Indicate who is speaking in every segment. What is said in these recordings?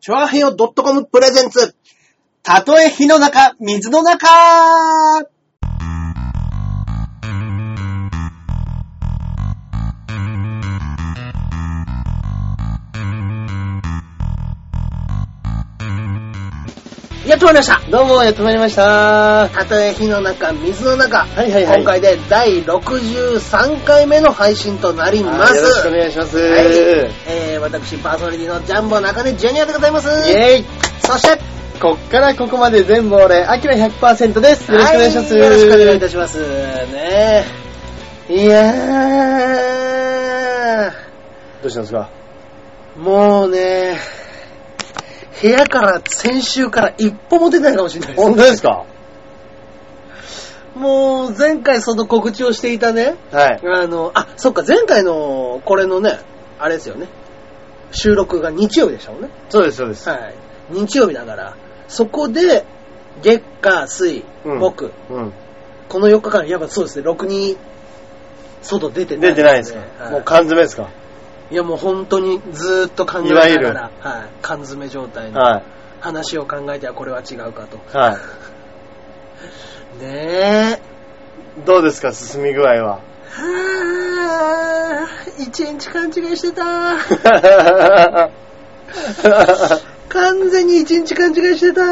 Speaker 1: チョアヘヨ .com プレゼンツ。たとえ火の中、水の中やってまいりました。
Speaker 2: どうも、やってまいりました。は
Speaker 1: たとえ火の中、水の中。
Speaker 2: いはいはい。
Speaker 1: 今回で第63回目の配信となりま
Speaker 2: あよろしくお
Speaker 1: す。
Speaker 2: 願いします。
Speaker 1: はい
Speaker 2: イ
Speaker 1: えー、私、パーソナリティのジャンボ中根ジュニアでございます。
Speaker 2: ェイ
Speaker 1: そして、
Speaker 2: こっからここまで全部俺、アキラ100%です。よろしくお願いします。
Speaker 1: はいよろしくお願いいたします。ねえいや
Speaker 2: どうしたんですか
Speaker 1: ー、もうね、部屋から、先週から一歩も出てないかもしれないです。
Speaker 2: 本当ですか
Speaker 1: もう、前回その告知をしていたね、
Speaker 2: はい。
Speaker 1: あの、あ、そっか、前回の、これのね、あれですよね、収録が日曜日でしたもんね。
Speaker 2: そうです、そうです。
Speaker 1: はい。日曜日だから、そこで、月、火、水、
Speaker 2: うん
Speaker 1: 木、
Speaker 2: うん。
Speaker 1: この4日間、やっぱそうですね、ろくに外出てない、
Speaker 2: 出てないですか
Speaker 1: はい
Speaker 2: もう缶詰ですか
Speaker 1: いやもう本当にずーっと考えない
Speaker 2: わゆ
Speaker 1: が
Speaker 2: る
Speaker 1: ら、はい、缶詰状態の
Speaker 2: は
Speaker 1: 話を考えてはこれは違うかと。
Speaker 2: い。はい。
Speaker 1: ねえ。
Speaker 2: どうですか、進み具合 は。
Speaker 1: はぁ、一日勘違いして た。完全に一日勘違いしてた。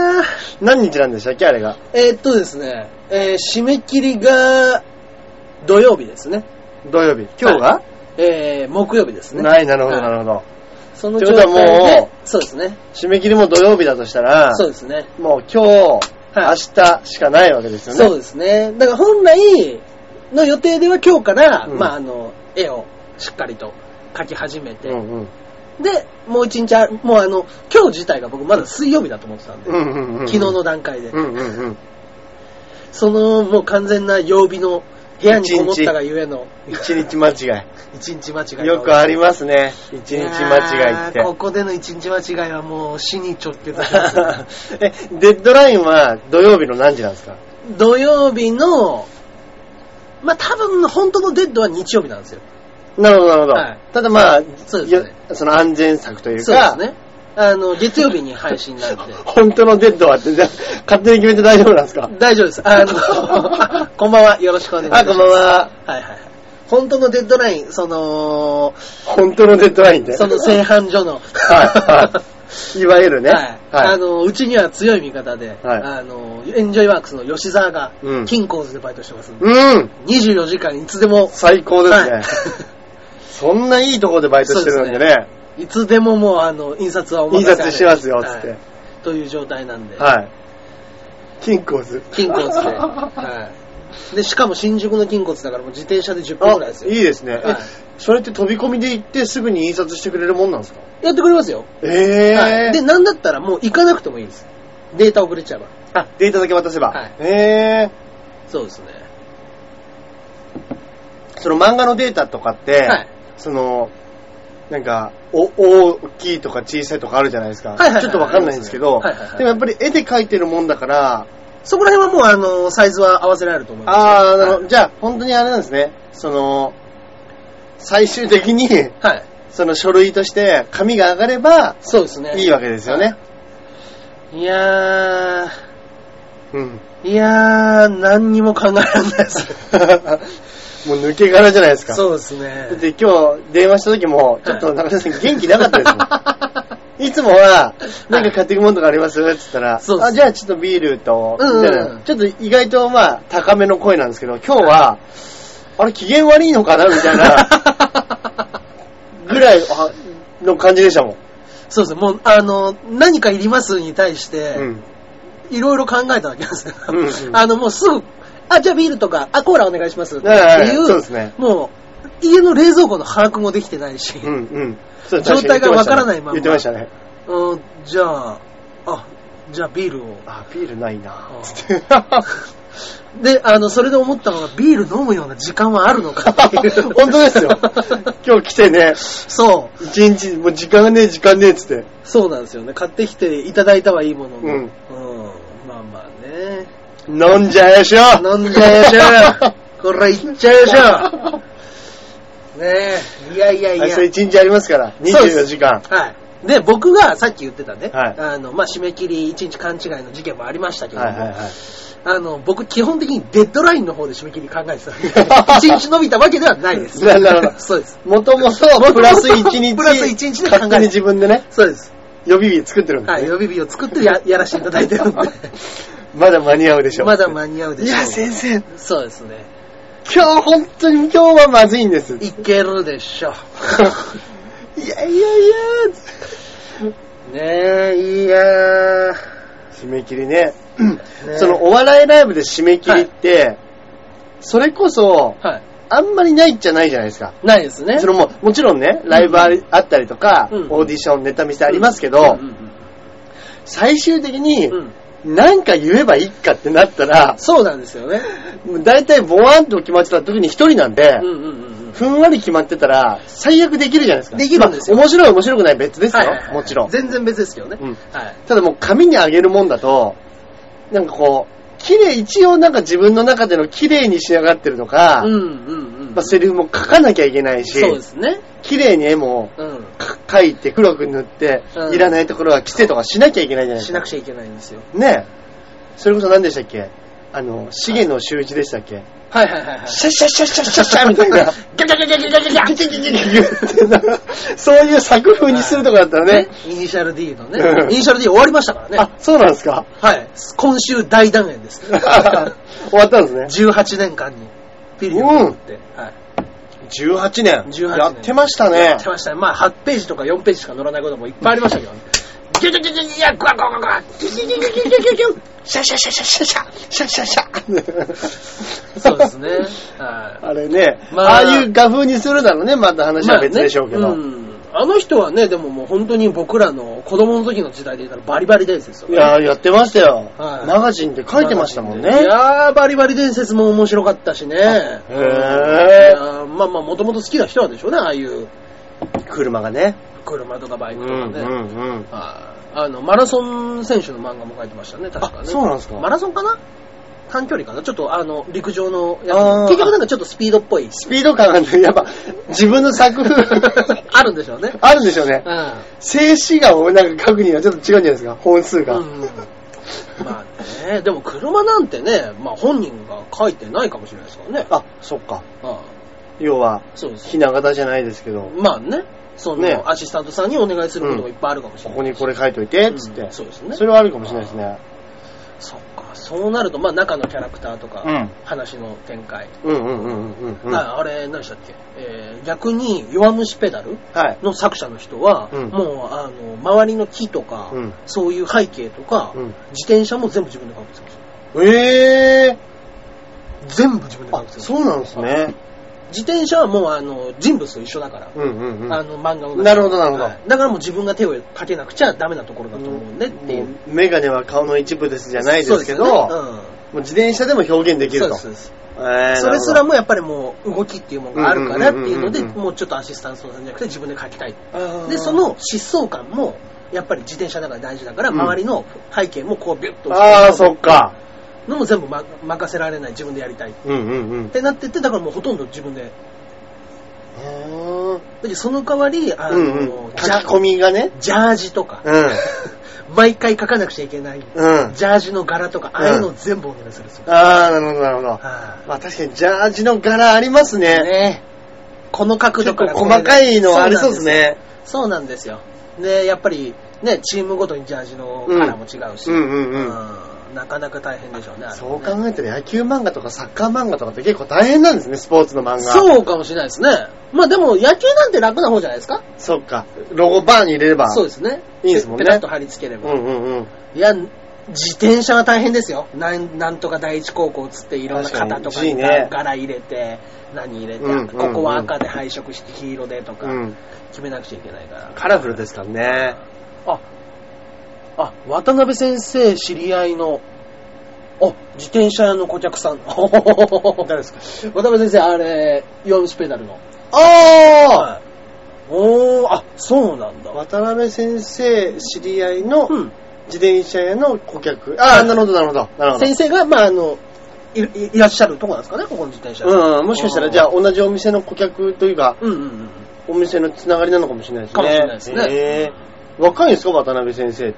Speaker 2: 何日なんでしたっけ、あれが。
Speaker 1: えーっとですね、えー締め切りが土曜日ですね。
Speaker 2: 土曜日。今日が
Speaker 1: えー木曜日ですね。
Speaker 2: ない、なるほど、
Speaker 1: は
Speaker 2: な
Speaker 1: い
Speaker 2: るほど。
Speaker 1: その
Speaker 2: とい
Speaker 1: 状
Speaker 2: うことは
Speaker 1: 態
Speaker 2: も
Speaker 1: で、
Speaker 2: う
Speaker 1: そうですね。
Speaker 2: 締め切りも土曜日だとしたら、
Speaker 1: そうですね。
Speaker 2: もう今日、
Speaker 1: は
Speaker 2: 明
Speaker 1: い
Speaker 2: 日しかないわけですよね。
Speaker 1: そうですね。だから本来の予定では今日から、
Speaker 2: うん
Speaker 1: まああの、絵をしっかりと描き始めて、
Speaker 2: うんうん。
Speaker 1: で、もう一日あ、もうあの、今日自体が僕まだ水曜日だと思ってたんで、
Speaker 2: うんうんうんうん
Speaker 1: 昨日の段階で、
Speaker 2: うんうんうん。
Speaker 1: そのもう完全な曜日の部屋にこもったがゆえの
Speaker 2: 一日間違
Speaker 1: 一日間違いが
Speaker 2: い。よくありますね。一日間違いっ
Speaker 1: やーこ
Speaker 2: て。
Speaker 1: こでの一日間違いはもう死に直結しますね
Speaker 2: え、デッドラインは土曜日の何時なんですか
Speaker 1: 土曜日の、まあ多分本当のデッドは日曜日なんですよ。
Speaker 2: なるほど、なるほど。
Speaker 1: はい
Speaker 2: ただまあ、
Speaker 1: そうですね
Speaker 2: よその安全策というか、
Speaker 1: そうですね。あの、月曜日に配信なんで。
Speaker 2: 本当のデッドはって、じゃあ勝手に決めて大丈夫なんですか
Speaker 1: 大丈夫です。あの、 こんばんは。よろしくお願いします。
Speaker 2: あ、こんばんは。
Speaker 1: はいはいはい。本当のデッドライン、その、
Speaker 2: 本当のデッドラインで。
Speaker 1: その製版所の、
Speaker 2: ははい。いわゆる ね。
Speaker 1: はいあの、うちには強い味方で、
Speaker 2: はい
Speaker 1: あの、エンジョイワークスの吉沢が
Speaker 2: う、ん
Speaker 1: 金鉱図でバイトしてますんで、
Speaker 2: うん
Speaker 1: 24時間いつでも、
Speaker 2: 最高ですね。
Speaker 1: は
Speaker 2: そんないいとこでバイトしてるんで
Speaker 1: そう
Speaker 2: ね。
Speaker 1: い、い つでももう、あの、印刷はお
Speaker 2: 印
Speaker 1: 任せあれ
Speaker 2: 刷してますよ、つって。
Speaker 1: はいという状態なんで、
Speaker 2: はい。金庫図。
Speaker 1: 金鉱 図で、はい。で、しかも新宿の金鉱図だからもう自転車で10分ぐらいですよ。
Speaker 2: いいですね、
Speaker 1: はい
Speaker 2: えそれって飛び込みで行ってすぐに印刷してくれるもんなんですか
Speaker 1: やってくれますよ。
Speaker 2: ええ
Speaker 1: はい、で、なんだったらもう行かなくてもいいです。データ送れちゃえば。
Speaker 2: あ、データだけ渡せば。
Speaker 1: はい
Speaker 2: ええ
Speaker 1: そうですね。
Speaker 2: その漫画のデータとかって、
Speaker 1: はい
Speaker 2: その、なんか、お、大きいとか小さいとかあるじゃないですか。
Speaker 1: いはいはい
Speaker 2: ちょっとわかんないんですけど、
Speaker 1: はいはいはい
Speaker 2: でもやっぱり絵で描いてるもんだから、
Speaker 1: そこら辺はもう、あの、サイズは合わせられると思います。
Speaker 2: あー、なるほど
Speaker 1: はい
Speaker 2: じゃあ本当にあれなんですね。その、最終的に、
Speaker 1: はい。
Speaker 2: その書類として紙が上がれば、
Speaker 1: そうですね。
Speaker 2: いいわけですよね。
Speaker 1: いやー、
Speaker 2: うん。
Speaker 1: いやー、何にも考えられないです。
Speaker 2: もう抜け殻じゃないですか。
Speaker 1: そうです
Speaker 2: だっ
Speaker 1: ね。
Speaker 2: て今日電話した時も、ちょっと中田さん元気なかっ たですもん。いつもは、なんか買っていくものとかありますって言ったら、
Speaker 1: そうです
Speaker 2: あじゃあちょっとビールと、
Speaker 1: うんうん
Speaker 2: みたいなちょっと意外とまあ高めの声なんですけど、今日は、あれ機嫌悪いのかなみた いな、ぐらいあの感じでしたもん。
Speaker 1: そうですね。もう、あの、何かいりますに対して、
Speaker 2: うん。
Speaker 1: いろいろ考えたわけなんですよ
Speaker 2: うんうん
Speaker 1: あの、もうすぐ、あ、じゃあビールとか、あ、コーラお願いしますって
Speaker 2: はいはいはい
Speaker 1: いう、
Speaker 2: そうですね
Speaker 1: もう、家の冷蔵庫の把握もできてないし、
Speaker 2: うんうん。そう
Speaker 1: 状態がわからないまんま
Speaker 2: 言ってましたね。
Speaker 1: うん、じゃあ、あ、じゃあビールを。
Speaker 2: あ、ビールない な
Speaker 1: あ
Speaker 2: つって。
Speaker 1: で、あの、それで思ったのが、ビール飲むような時間はあるのかっていう。
Speaker 2: 本当ですよ。今日来てね、
Speaker 1: そ
Speaker 2: 一日、もう時間がねえ、時間ねえっつって。
Speaker 1: う。そうなんですよね。買ってきていただいたはいいものの。
Speaker 2: うん
Speaker 1: うんまあまあね。
Speaker 2: 飲んじゃえしょ
Speaker 1: 飲んじゃえしょこれいっちゃえし ょねえ。いやいやい
Speaker 2: あ
Speaker 1: や。
Speaker 2: それ一日ありますから、
Speaker 1: そうです
Speaker 2: 24時間。
Speaker 1: はい。で、僕がさっき言ってたね、
Speaker 2: はい
Speaker 1: あの、まあ、締め切り1日勘違いの事件もありましたけども、
Speaker 2: はいはいはい。
Speaker 1: あの、僕基本的にデッドラインの方で締め切り考えてたんで、1日伸 びたわけではないです。
Speaker 2: ななるほど
Speaker 1: そうです。
Speaker 2: もともと、プラス1日、
Speaker 1: プラス一日で考える
Speaker 2: 勝手に自分でね、
Speaker 1: そうです。
Speaker 2: 予備日作ってるんで
Speaker 1: は
Speaker 2: す
Speaker 1: い、
Speaker 2: ね。
Speaker 1: 予備日を作ってややらせていただいてるんで、
Speaker 2: まだ間に合うでしょう。
Speaker 1: まだ間に合うで
Speaker 2: い
Speaker 1: しょう。
Speaker 2: や、先生、
Speaker 1: そうですね。
Speaker 2: 今日本当に今日はまずいんです。い
Speaker 1: いけるでしょう。
Speaker 2: やいやいや、
Speaker 1: ねえ、いやー
Speaker 2: 締め切りね。
Speaker 1: ねえ
Speaker 2: そのお笑いライブで締め切りって、それこそ、
Speaker 1: はい。
Speaker 2: あんまりないっちゃないじゃないですか。
Speaker 1: ないですね。
Speaker 2: それも、もちろんね、ライブありあったりとか、
Speaker 1: うん
Speaker 2: オーディション、ネタ見せありますけ
Speaker 1: うん
Speaker 2: ど
Speaker 1: う、ん
Speaker 2: 最終的に
Speaker 1: うん、うん
Speaker 2: 何か言えばいいかってなったら、
Speaker 1: そうなんですよね。
Speaker 2: 大体ボワンと決まってた時に一人なんで
Speaker 1: うん、うんうん
Speaker 2: ふんわり決まってたら、最悪できるじゃないですか。
Speaker 1: できるんですよ
Speaker 2: まあ面白い面白くない別で
Speaker 1: うん。
Speaker 2: すよ、
Speaker 1: はいはいはい
Speaker 2: もちろん。
Speaker 1: 全然別ですけどね。
Speaker 2: うん
Speaker 1: はい。
Speaker 2: ただもう紙にあげるもんだと、なんかこう、綺麗、一応なんか自分の中での綺麗に仕上がってるとか、
Speaker 1: うんうんうん。
Speaker 2: まあ、セリフも書かなきゃいけないし、
Speaker 1: そうですね。
Speaker 2: 綺麗に絵も
Speaker 1: う
Speaker 2: か書いて黒く塗って、
Speaker 1: うん。
Speaker 2: いらないところは着せとかしなきゃいけないじゃなんいです
Speaker 1: し
Speaker 2: か。
Speaker 1: なくちゃいけないんですよ。
Speaker 2: ねえ。それこそ何でしたっけあの、重野修一でしたっけ、
Speaker 1: はいはいはいはい。
Speaker 2: シャッシャッシャッシャッシャッシャッみたいな。
Speaker 1: ギャギャギャギャギャギャギャギャギャギャギャギャギャ
Speaker 2: 言ってなそういう作風にするとかだったらね。
Speaker 1: イニシャル D のね
Speaker 2: う、ん
Speaker 1: イニシャル D 終わりましたからね。
Speaker 2: あ、そうなんですか
Speaker 1: はい。今週大断言です。
Speaker 2: 終わったんですね。
Speaker 1: 18年間にピリオドを打って、はい、
Speaker 2: 18年。
Speaker 1: 18年
Speaker 2: やってました
Speaker 1: や
Speaker 2: ね
Speaker 1: っ。てましたね。まあ8ページとか4ページしか載らないこともいっぱいありましたけどね。ギュギュギュギュギュギュガガガガギュギュギュギュギュギュギュギ
Speaker 2: シャシャシャシャシャシャシャシャシャ
Speaker 1: ュそうですね。。は
Speaker 2: あれね、
Speaker 1: ま
Speaker 2: あ
Speaker 1: あ、
Speaker 2: あいう画風にするならね、また
Speaker 1: い。
Speaker 2: 話は別でしょうけ
Speaker 1: ま
Speaker 2: ど。
Speaker 1: あねうんあの人はね、でももう本当に僕らの子供の時の時代で言ったらバリバリ伝説ですよね。
Speaker 2: いやー、やってましたよ、
Speaker 1: はい
Speaker 2: マガジンで書いてましたもんね。
Speaker 1: いやー、バリバリ伝説も面白かったしね。へ
Speaker 2: へー
Speaker 1: まあまあ、もともと好きな人はでしょうね、ああいう
Speaker 2: 車がね。
Speaker 1: 車とかバイ
Speaker 2: う
Speaker 1: クとかね。
Speaker 2: うん。
Speaker 1: あーあの、マラソン選手の漫画も書いてましたね、確か
Speaker 2: あ
Speaker 1: ね。
Speaker 2: そうなんですか
Speaker 1: マラソンかな短距離かなちょっとあの、陸上のや
Speaker 2: あー
Speaker 1: つ。結局なんかちょっとスピードっぽ い。
Speaker 2: スピード感が、やっぱ、自分の作
Speaker 1: 、
Speaker 2: 風
Speaker 1: あるんでしょうね。
Speaker 2: あるんでしょうね。
Speaker 1: うん。
Speaker 2: 静止画をなんか書くにはちょっと違うんじゃないですか、本数が。
Speaker 1: うんまあね、でも車なんてね、まあ本人が書いてないかもしれないですからね。
Speaker 2: あ、そっか。
Speaker 1: あ
Speaker 2: 要は、
Speaker 1: そうです。
Speaker 2: ひな形じゃないですけど、
Speaker 1: まあね、その、
Speaker 2: ね
Speaker 1: アシスタントさんにお願いすることがいっぱいあるかもしれ
Speaker 2: こ
Speaker 1: ない。
Speaker 2: こにこれ書いといて、つっ
Speaker 1: う
Speaker 2: て
Speaker 1: ん。そうですね
Speaker 2: それはあるかもしれないですね。
Speaker 1: そっか、そうなると、まあ中のキャラクターとか、
Speaker 2: うん
Speaker 1: 話の展開。
Speaker 2: うんうんうんうんうんうん。は
Speaker 1: ああれ、何でしたっけ、えー逆に弱虫ペダル
Speaker 2: い。
Speaker 1: の作者の人は、
Speaker 2: うん
Speaker 1: もうあの周りの木とか、
Speaker 2: うん
Speaker 1: そういう背景とか、
Speaker 2: うん
Speaker 1: 自転車も全部自分で買ってまし
Speaker 2: ええ
Speaker 1: た。全部自分で
Speaker 2: ー。
Speaker 1: 買
Speaker 2: あ
Speaker 1: っ、てました。
Speaker 2: そうなんですね。
Speaker 1: 自転車はもうあの人物と一緒だから、
Speaker 2: うんうんうん。
Speaker 1: あの漫画の中で
Speaker 2: なるほどなるほど
Speaker 1: はいだからもう自分が手をかけなくちゃダメなところだと思うんでっていう。
Speaker 2: もうメガネは顔の一部ですじゃないですけど、
Speaker 1: そう
Speaker 2: も
Speaker 1: よね
Speaker 2: う自転車でも表現で
Speaker 1: う
Speaker 2: き
Speaker 1: ん、そ
Speaker 2: る
Speaker 1: う
Speaker 2: と。
Speaker 1: ですそうです。
Speaker 2: えー
Speaker 1: それすら
Speaker 2: なる
Speaker 1: もやっぱりもう動きっていうものがあるからっていうので、
Speaker 2: うんうんうんうんうん
Speaker 1: もうちょっとアシスタントさんじゃなくて自分で書きたい。
Speaker 2: ほど
Speaker 1: で、そ、の疾走感も、やっぱり自転車だから大事だから、
Speaker 2: うん
Speaker 1: 周りの背景もこうビュッと
Speaker 2: あーあー、そっか。
Speaker 1: のも全部、ま、任せられない、自分でやりたいっ
Speaker 2: うんうんうん。
Speaker 1: てなってて、だからもうほとんど自分で。だ
Speaker 2: う
Speaker 1: けどその代わり、あの、
Speaker 2: んうん。
Speaker 1: ジ
Speaker 2: 書
Speaker 1: ャ
Speaker 2: き込みがね。
Speaker 1: ジャージとか、
Speaker 2: うん
Speaker 1: 毎回書かなくちゃいけない、
Speaker 2: うん。
Speaker 1: ジャージの柄とか、ああいうのを全部お願いするんですよ。
Speaker 2: ああ、なるほど、なるほど。
Speaker 1: は
Speaker 2: まあ確かにジャージの柄あります
Speaker 1: い
Speaker 2: ね。
Speaker 1: ねこの角
Speaker 2: 結
Speaker 1: 度か
Speaker 2: 構
Speaker 1: ら
Speaker 2: 細かいのありそうです
Speaker 1: ね
Speaker 2: ね。
Speaker 1: そうなんですよ。で、やっぱり、ね、チームごとにジャージのカラーも違うし、
Speaker 2: うんうんうんうん
Speaker 1: うんなかなか大変でしょうね。あれはね
Speaker 2: そう考えたら野球漫画とかサッカー漫画とかって結構大変なんですね、スポーツの漫画。う。
Speaker 1: そうかもしれないですね。まあでも、野球なんて楽な方じゃないですか
Speaker 2: そっか。ロゴバーに入れれば。
Speaker 1: そうですね。
Speaker 2: いいですもんね
Speaker 1: ペタッと貼り付ければ。
Speaker 2: うんうんうん。
Speaker 1: いや、自転車は大変ですよ。なんなんとか第一高校つって、いろんな型とかに
Speaker 2: 確かに G ね
Speaker 1: 柄入れて、何入れて、
Speaker 2: うんうんうん
Speaker 1: ここは赤で配色して黄色でとか、
Speaker 2: うん。
Speaker 1: 決めなくちゃいけないから。
Speaker 2: カラフルですからね。
Speaker 1: あ、あ、渡辺先生知り合いの、あ、自転車屋の顧客さ ん。渡
Speaker 2: ですか
Speaker 1: 辺先生、あれ、弱虫ペダルの。
Speaker 2: あ
Speaker 1: はいおー、あ、そうなんだ
Speaker 2: あ。渡辺先生知り合いの
Speaker 1: うん。
Speaker 2: 自転車屋の顧客。あ
Speaker 1: は
Speaker 2: あ、
Speaker 1: い
Speaker 2: なるほど、なるほど。なるほど。
Speaker 1: 先生が、まあ、あの、いいいらっしゃるとこなんですかね、ここの自転車。
Speaker 2: うん、もしかしたら、じゃあ同じお店の顧客というか、
Speaker 1: うんうんうん。
Speaker 2: お店のつながりなのかもしれないですね。
Speaker 1: かもしれないですね
Speaker 2: へえ若いんですか渡辺先生って。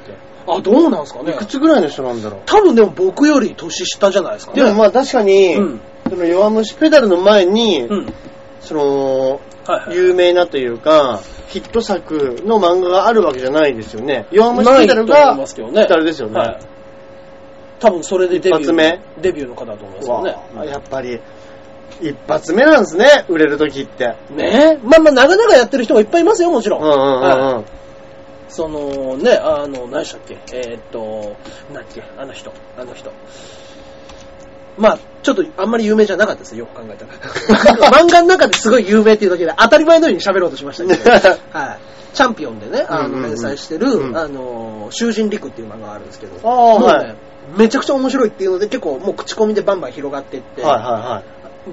Speaker 1: あ、どうなんすかね
Speaker 2: いく。つぐらいの人なんだろ
Speaker 1: 多分でも僕より年下じゃないですか
Speaker 2: う。
Speaker 1: ね。
Speaker 2: でもまあ確かに、
Speaker 1: うん。
Speaker 2: その弱虫ペダルの前に、
Speaker 1: うん。
Speaker 2: その、
Speaker 1: はい、はい。
Speaker 2: 有名なというか、ヒット作の漫画があるわけじゃないですよね。弱虫ペダ
Speaker 1: な
Speaker 2: ル
Speaker 1: いと思い
Speaker 2: が
Speaker 1: ますけどね。
Speaker 2: ペダルですよね
Speaker 1: はい。多分それでデビュー。
Speaker 2: 一発目
Speaker 1: デビューの方だと思いますよね。
Speaker 2: わあやっぱり、一発目なんですね、売れる時って。
Speaker 1: ねえ。まあまあ、長々やってる人がいっぱいいますよ、もち
Speaker 2: う
Speaker 1: ろ
Speaker 2: ん
Speaker 1: ん。
Speaker 2: うんうん
Speaker 1: は
Speaker 2: うん。
Speaker 1: いそのね、あの、何でしたっけえーっと、何だっけあの人、あの人。まあ、ちょっとあんまり有名じゃなかったですよ、よく考えた ら。漫画の中ですごい有名っていうだけで、当たり前のように喋ろうとしま したけど。はい。チャンピオンでね、あ
Speaker 2: うんうんう
Speaker 1: の、
Speaker 2: ん
Speaker 1: 連載してる、
Speaker 2: うん
Speaker 1: あの、囚人陸っていう漫画があるんですけど、
Speaker 2: ああ
Speaker 1: もうね
Speaker 2: はい
Speaker 1: めちゃくちゃ面白いっていうので、結構もう口コミでバンバン広がっていって、
Speaker 2: はいは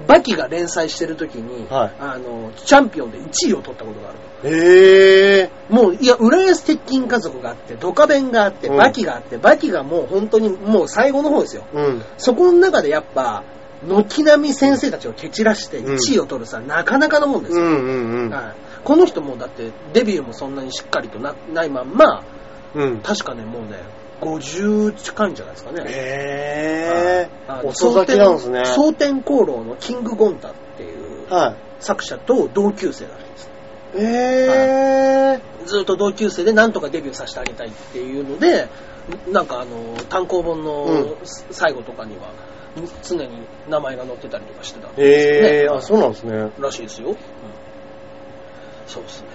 Speaker 1: バキが連載してる時に、
Speaker 2: はい
Speaker 1: あの、チャンピオンで1位を取ったことがある。
Speaker 2: いはい。へえ。
Speaker 1: もう、いや、浦安鉄筋家族があって、ドカベンがあって、
Speaker 2: うん
Speaker 1: バキがあって、バキがもう本当にもう最後の方ですよ。
Speaker 2: うん。
Speaker 1: そこの中でやっぱ、軒並み先生たちを蹴散らして
Speaker 2: うん
Speaker 1: 1位を取るさ、なかなかのもんです
Speaker 2: う
Speaker 1: よ。
Speaker 2: んうんうん。
Speaker 1: はいこの人もだって、デビューもそんなにしっかりとなないまんま、
Speaker 2: うん。
Speaker 1: 確かね、もうね、50近いんじゃないですかね。
Speaker 2: へ
Speaker 1: はいあ
Speaker 2: え。
Speaker 1: の
Speaker 2: 遅咲きなんですね。
Speaker 1: 蒼天功労のキング・ゴンタっていう
Speaker 2: は
Speaker 1: 作者と同級生なんです。
Speaker 2: い。へえ。
Speaker 1: ずっと同級生でなんとかデビューさせてあげたいっていうので、なんかあの、単行本の
Speaker 2: う
Speaker 1: 最後とかには、常に名前が載ってたりとかしてたんですよね
Speaker 2: へえ。
Speaker 1: はい
Speaker 2: あ、そうなんですね。
Speaker 1: らしいですよ。そうですね。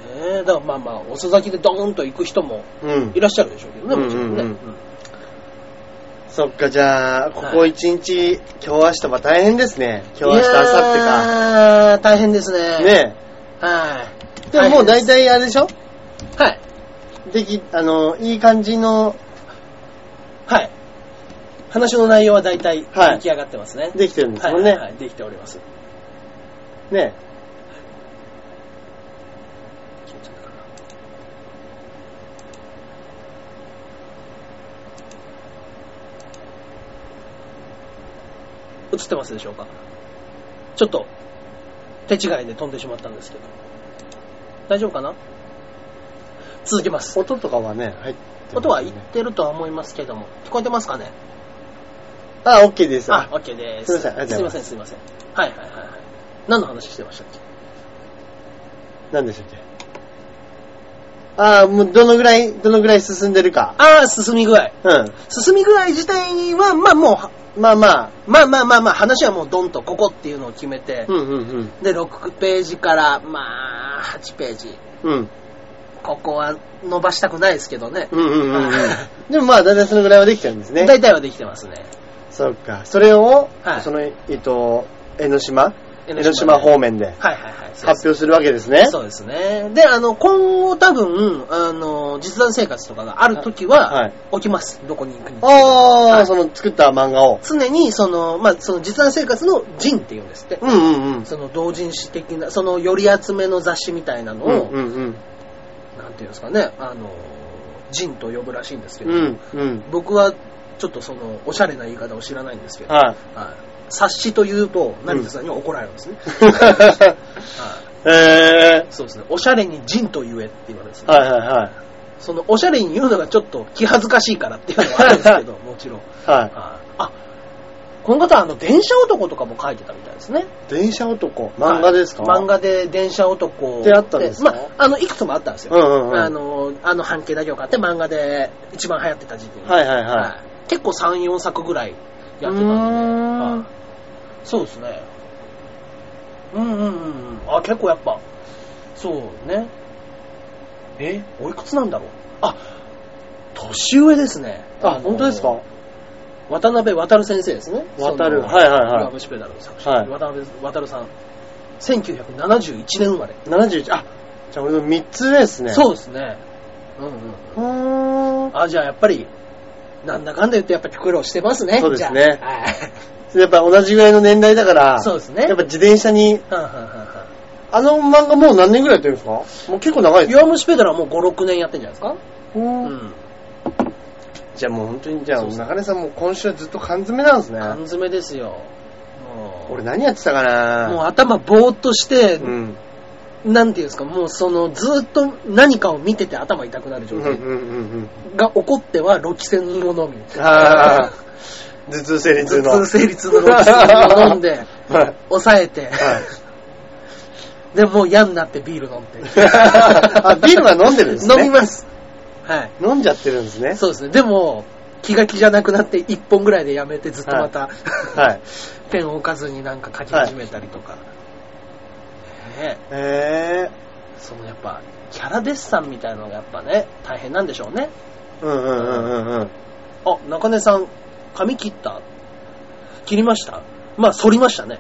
Speaker 1: だからまあまあ、遅咲きでドーンと行く人も
Speaker 2: うん
Speaker 1: い。らっしゃるでしょうけどね、もちろんね。
Speaker 2: うんうん
Speaker 1: うん
Speaker 2: そっか、じゃあ、ここ
Speaker 1: はい
Speaker 2: 一日、今日明日は大変ですね。今日明日、明後日か。
Speaker 1: か。大変ですね。。
Speaker 2: ね
Speaker 1: はい。
Speaker 2: え。でももう
Speaker 1: 大
Speaker 2: 大
Speaker 1: 変
Speaker 2: 体あれでしょ
Speaker 1: ですはい。
Speaker 2: でき、あの、いい感じの、
Speaker 1: はい。話の内容は大体
Speaker 2: はい
Speaker 1: 出来上がってますね。
Speaker 2: できてるんです
Speaker 1: はい
Speaker 2: も
Speaker 1: は
Speaker 2: ん
Speaker 1: い
Speaker 2: ね。
Speaker 1: はい、できております。
Speaker 2: ね
Speaker 1: 映ってますでしょうかちょっと手違いで飛んでしまったんですけど大丈夫かな続けます
Speaker 2: 音とかはね、入ってますね
Speaker 1: 音は言ってるとは思いますけども聞こえてますかね
Speaker 2: あ、OK です。
Speaker 1: あ
Speaker 2: あ、
Speaker 1: OK です
Speaker 2: すいませんありが
Speaker 1: す
Speaker 2: と
Speaker 1: いう
Speaker 2: ご
Speaker 1: ま
Speaker 2: ざ
Speaker 1: せ
Speaker 2: い
Speaker 1: んすいませんはいはいはいはい何の話してましたっけ
Speaker 2: 何でしたっけあ、もうどのぐらい、どのぐらい進んでるか。
Speaker 1: ああ進み具合
Speaker 2: うん。
Speaker 1: 進み具合自体はまあもうは
Speaker 2: まあまあ、
Speaker 1: まあまあまあまあ話はもうドンとここっていうのを決めて、
Speaker 2: うんうん
Speaker 1: で6ページからまあ8ページ
Speaker 2: うん。うん。
Speaker 1: ここは伸ばしたくないですけどね、
Speaker 2: うんうんうんうん。 でもまあ、大体そのぐらいはできてるんですね。
Speaker 1: 大体はできてますね
Speaker 2: そうか。それを、
Speaker 1: はい
Speaker 2: その、えっと、江ノ島江
Speaker 1: 江
Speaker 2: ノ
Speaker 1: ノ島ね
Speaker 2: 島方面で
Speaker 1: はいはいはい。そうです
Speaker 2: 発表するわけですね。
Speaker 1: そうですね。で、あの、今後多分、あの、実弾生活とかがあるとき
Speaker 2: は、
Speaker 1: はい置きます。どこに行くに。
Speaker 2: ああ、
Speaker 1: はい
Speaker 2: その作った漫画を。
Speaker 1: 常に、その、まあ、その実弾生活の人っていうんですって。
Speaker 2: うんうんうん。
Speaker 1: その同人誌的な、そのより集めの雑誌みたいなの
Speaker 2: うん
Speaker 1: を、
Speaker 2: うんうん。
Speaker 1: なんていうんですかね、あの、人と呼ぶらしいんですけど、
Speaker 2: うんうん。
Speaker 1: 僕はちょっとその、おしゃれな言い方を知らないん ですけど、
Speaker 2: はい。
Speaker 1: はい冊子というと、成田さんには怒られるんですね。はい
Speaker 2: え
Speaker 1: そうですね。おしゃれに人と言えって言われるんです
Speaker 2: ー。
Speaker 1: ね。
Speaker 2: はいはいはい。
Speaker 1: そのおしゃれに言うのがちょっと気恥ずかしいからっていうのはあるんですけど、もちろん。
Speaker 2: は
Speaker 1: あ、あこの方はあの、電車男とかも書いてたみたいですね。
Speaker 2: い。電車男。漫画ですか、
Speaker 1: はい漫。画で電車男
Speaker 2: であったんですか
Speaker 1: まあ、あの、いくつもあったんですよ。
Speaker 2: うんうんうん。
Speaker 1: あの、あの半径だけを買って漫画で一番流行ってた時期に。
Speaker 2: はいはいはい。
Speaker 1: い結構3、4作ぐらいやってたんで、
Speaker 2: うーん
Speaker 1: はいそうですね。うんうんうんうん。あ、結構やっぱ、そうね。え、おいくつなんだろうあ、年上ですね。
Speaker 2: あ、
Speaker 1: の
Speaker 2: 本当ですか
Speaker 1: 渡辺渡先生ですね。
Speaker 2: 渡る
Speaker 1: その
Speaker 2: はいはいはい
Speaker 1: ラブシペダルの作者。
Speaker 2: はい
Speaker 1: 渡辺渡さん。1971年生まれ。
Speaker 2: ?71。あ、じゃあ俺の3つ上ですね。
Speaker 1: そうですね。うんうん。
Speaker 2: うーん。
Speaker 1: あ、じゃあやっぱり、なんだかんだ言ってやっぱり苦労してますね。
Speaker 2: そうですね
Speaker 1: じゃあはい
Speaker 2: やっぱ同じぐらいの年代だから、
Speaker 1: そうですね
Speaker 2: やっぱ自転車に、
Speaker 1: はんはんはんは
Speaker 2: あの漫画もう何年ぐらいやってるんですかもう結構長い
Speaker 1: ん
Speaker 2: です
Speaker 1: 弱虫ペダルはもう5、6年やってんじゃないですか
Speaker 2: う。
Speaker 1: うんん。
Speaker 2: じゃあもう本当に、じゃあ
Speaker 1: そうそう
Speaker 2: 中根さんもう今週はずっと缶詰なんですね。
Speaker 1: 缶詰ですよ。もう
Speaker 2: 俺何やってたかな
Speaker 1: もう頭ぼーっとして、
Speaker 2: うん。
Speaker 1: なんていうんですか、もうその、ずっと何かを見てて頭痛くなる
Speaker 2: う
Speaker 1: 状
Speaker 2: んう
Speaker 1: 態
Speaker 2: んうん
Speaker 1: が起こっては、ロキセンを飲み。
Speaker 2: うん。ああ、頭痛生理痛の。
Speaker 1: 頭痛生理痛のロキセンを飲ん で、
Speaker 2: はい。
Speaker 1: 抑えて、
Speaker 2: はい。
Speaker 1: で、もう嫌になってビール飲んで。
Speaker 2: あ、ビールは飲んでるんですね。
Speaker 1: 飲みます。はい。
Speaker 2: 飲んじゃってるんですね。
Speaker 1: そうですね。でも、気が気じゃなくなって一本ぐらいでやめてずっとまた、
Speaker 2: はい。
Speaker 1: ペンを置かずになんか書き始めたりとか。ねえ
Speaker 2: へえ。
Speaker 1: そのやっぱ、キャラデッサンみたいのがやっぱね、大変なんでしょうね。
Speaker 2: うんうんうんうん うん。
Speaker 1: あ、中根さん、髪切った切りましたまあ、剃りましたね。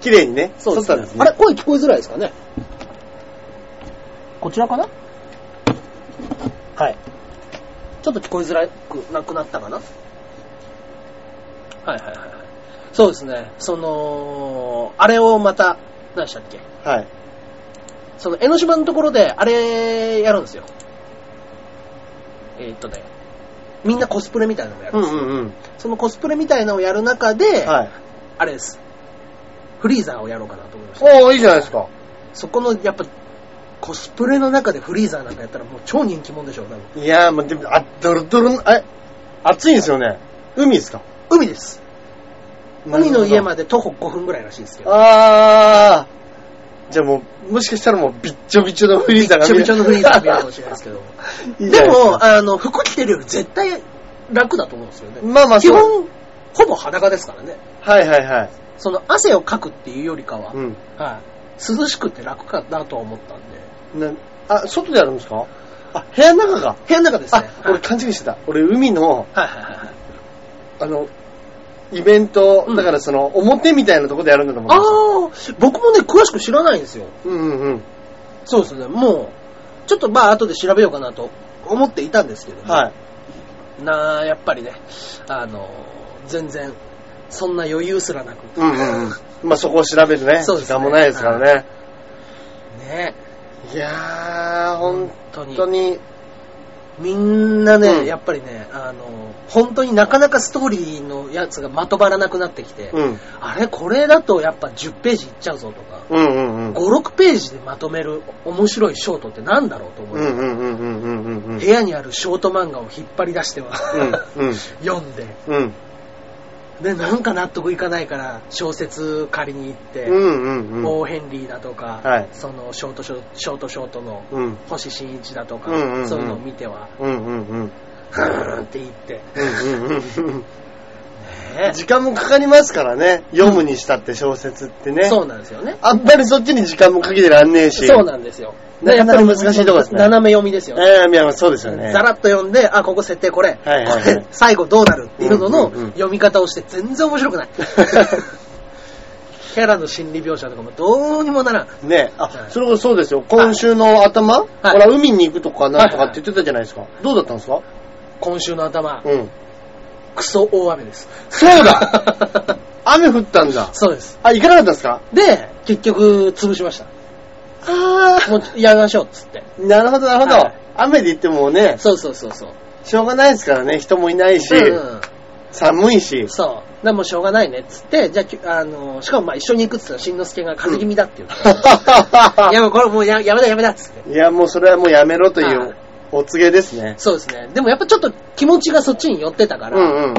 Speaker 2: 綺麗にね、
Speaker 1: そうで
Speaker 2: 剃っ
Speaker 1: す
Speaker 2: たん
Speaker 1: ね
Speaker 2: です。ね。
Speaker 1: あれ、声聞こえづらいですかねこちらかな
Speaker 2: はい。
Speaker 1: ちょっと聞こえづらくなくなったかなはいはいはいはい。そうですね。その、あれをまた、何でしたっけ
Speaker 2: はい。
Speaker 1: その、江ノ島のところで、あれ、やるんですよ。えーっとね、みんなコスプレみたいなのをやる
Speaker 2: うんん
Speaker 1: です、
Speaker 2: うんうん。
Speaker 1: そのコスプレみたいなのをやる中で、
Speaker 2: はい。
Speaker 1: あれです。フリーザーをやろうかなと思いました。
Speaker 2: おー、いいじゃないですか。
Speaker 1: そこの、やっぱ、コスプレの中でフリーザーなんかやったらもう超人気者でしょう、多分。
Speaker 2: いやー、もう、でも、あ、ドロドロの、え、暑いんですよね。海ですか
Speaker 1: 海です。海の家
Speaker 2: で。
Speaker 1: まで徒歩5分ぐらいらしいですけど。
Speaker 2: あー。じゃあもう、もしかしたらもう、びっちょびちょのフリーザー
Speaker 1: びっ
Speaker 2: が
Speaker 1: ちょびちょのフリーザー見えるかも
Speaker 2: ー
Speaker 1: しれないですけど。
Speaker 2: いいじ
Speaker 1: で
Speaker 2: ゃないす
Speaker 1: も、
Speaker 2: か、
Speaker 1: あの、服着てるより絶対楽だと思うんですよね。
Speaker 2: まあまあ、
Speaker 1: 基
Speaker 2: そう。
Speaker 1: 本、ほぼ裸ですからね。
Speaker 2: はいはいはい。
Speaker 1: その汗をかくっていうよりかは、
Speaker 2: うん。
Speaker 1: はい、涼しくて楽かなとは思ったんで。
Speaker 2: なあ、外でやるんですかあ、部屋の中か。
Speaker 1: 部屋の中ですね。
Speaker 2: あ、
Speaker 1: はい
Speaker 2: 俺勘違いしてた。俺、海の、
Speaker 1: はいはいはいはい。
Speaker 2: あの、イベント
Speaker 1: う、ん
Speaker 2: だからその、表みたいなとこでやるんだと思ってまし
Speaker 1: ああ、僕もね、詳しく知らないんですよ。
Speaker 2: た。うんうんうん。
Speaker 1: そうですね、もう、ちょっとまあ後で調べようかなと思っていたんですけど、
Speaker 2: はい。
Speaker 1: なあ、やっぱりね、あの、全然、そんな余裕すらなく、
Speaker 2: うんうんうん。まあそこを調べるね。
Speaker 1: そうですね
Speaker 2: 時間もないですからね。
Speaker 1: ね、
Speaker 2: いやー、本
Speaker 1: 本当に
Speaker 2: 当。に。
Speaker 1: みんなね、
Speaker 2: うん
Speaker 1: やっぱりね、あの、本当になかなかストーリーのやつがまとまらなくなってきて、
Speaker 2: うん。
Speaker 1: あれ、これだとやっぱ10ページいっちゃうぞとか、
Speaker 2: うんうんうん。
Speaker 1: 5、6ページでまとめる面白いショートってなんだろうと思
Speaker 2: う
Speaker 1: う、
Speaker 2: んうんうんうんうんうんうん。
Speaker 1: 部屋にあるショート漫画を引っ張り出しては、
Speaker 2: うんうん
Speaker 1: 読んで、
Speaker 2: うん。
Speaker 1: で、なんか納得いかないから小説借りに行って、
Speaker 2: うんうんうん。
Speaker 1: ボー・ヘンリーだとか、
Speaker 2: はい
Speaker 1: そのショートショショートショートの
Speaker 2: うん
Speaker 1: 星新一だとか、
Speaker 2: うんうんうん
Speaker 1: そういうのを見ては、
Speaker 2: うんうんうん。
Speaker 1: ふーんって言って、ね
Speaker 2: うんうんうん
Speaker 1: え
Speaker 2: 時間もかかりますからね。読むにしたって小説ってね。
Speaker 1: そうなんですよね。
Speaker 2: あんまりそっちに時間もかけてらんねえし。
Speaker 1: そうなんですよ。
Speaker 2: な
Speaker 1: ね
Speaker 2: かなか難しいとこですね
Speaker 1: 斜め読みですよね。
Speaker 2: ええいや、そうです
Speaker 1: ざ
Speaker 2: よね。
Speaker 1: らっと読んで、あ、ここ設定これ、
Speaker 2: はいはいはい
Speaker 1: これ、最後どうなるっていうのの
Speaker 2: うんうんうん
Speaker 1: 読み方をして全然面白く ない。キャラの心理描写とかもどうにもならん。
Speaker 2: ね
Speaker 1: は
Speaker 2: あ、
Speaker 1: い
Speaker 2: それこそそうですよ。今週の頭、ほら、海に行くとかなんとかって言ってたじゃないですか。どうだったんですか
Speaker 1: 今週の頭、
Speaker 2: うん。
Speaker 1: クソ大雨です。
Speaker 2: そうだ 雨降ったんだ。
Speaker 1: そうです。
Speaker 2: あ、行かなかったんですか
Speaker 1: で、結局、潰しました。
Speaker 2: あ
Speaker 1: もう、やめましょう、っつって。
Speaker 2: あ。なるほど、なるほど。
Speaker 1: はい
Speaker 2: 雨で行ってもね、
Speaker 1: そうそうそうそう。
Speaker 2: しょうがないですからね。人もいないし、
Speaker 1: うん、
Speaker 2: 寒いし。
Speaker 1: そう。でもうしょうがないね、っつって、じゃあき、あの、しかもまあ一緒に行くっつったら、しんのすけが風邪気味だって言って。いや、もうこれもうややめだやめだっつって。
Speaker 2: いや、もうそれはもうやめろとい
Speaker 1: はいう
Speaker 2: お告げですね。
Speaker 1: そうですね。でもやっぱちょっと気持ちがそっちに寄ってたか
Speaker 2: う
Speaker 1: ら、
Speaker 2: んうん。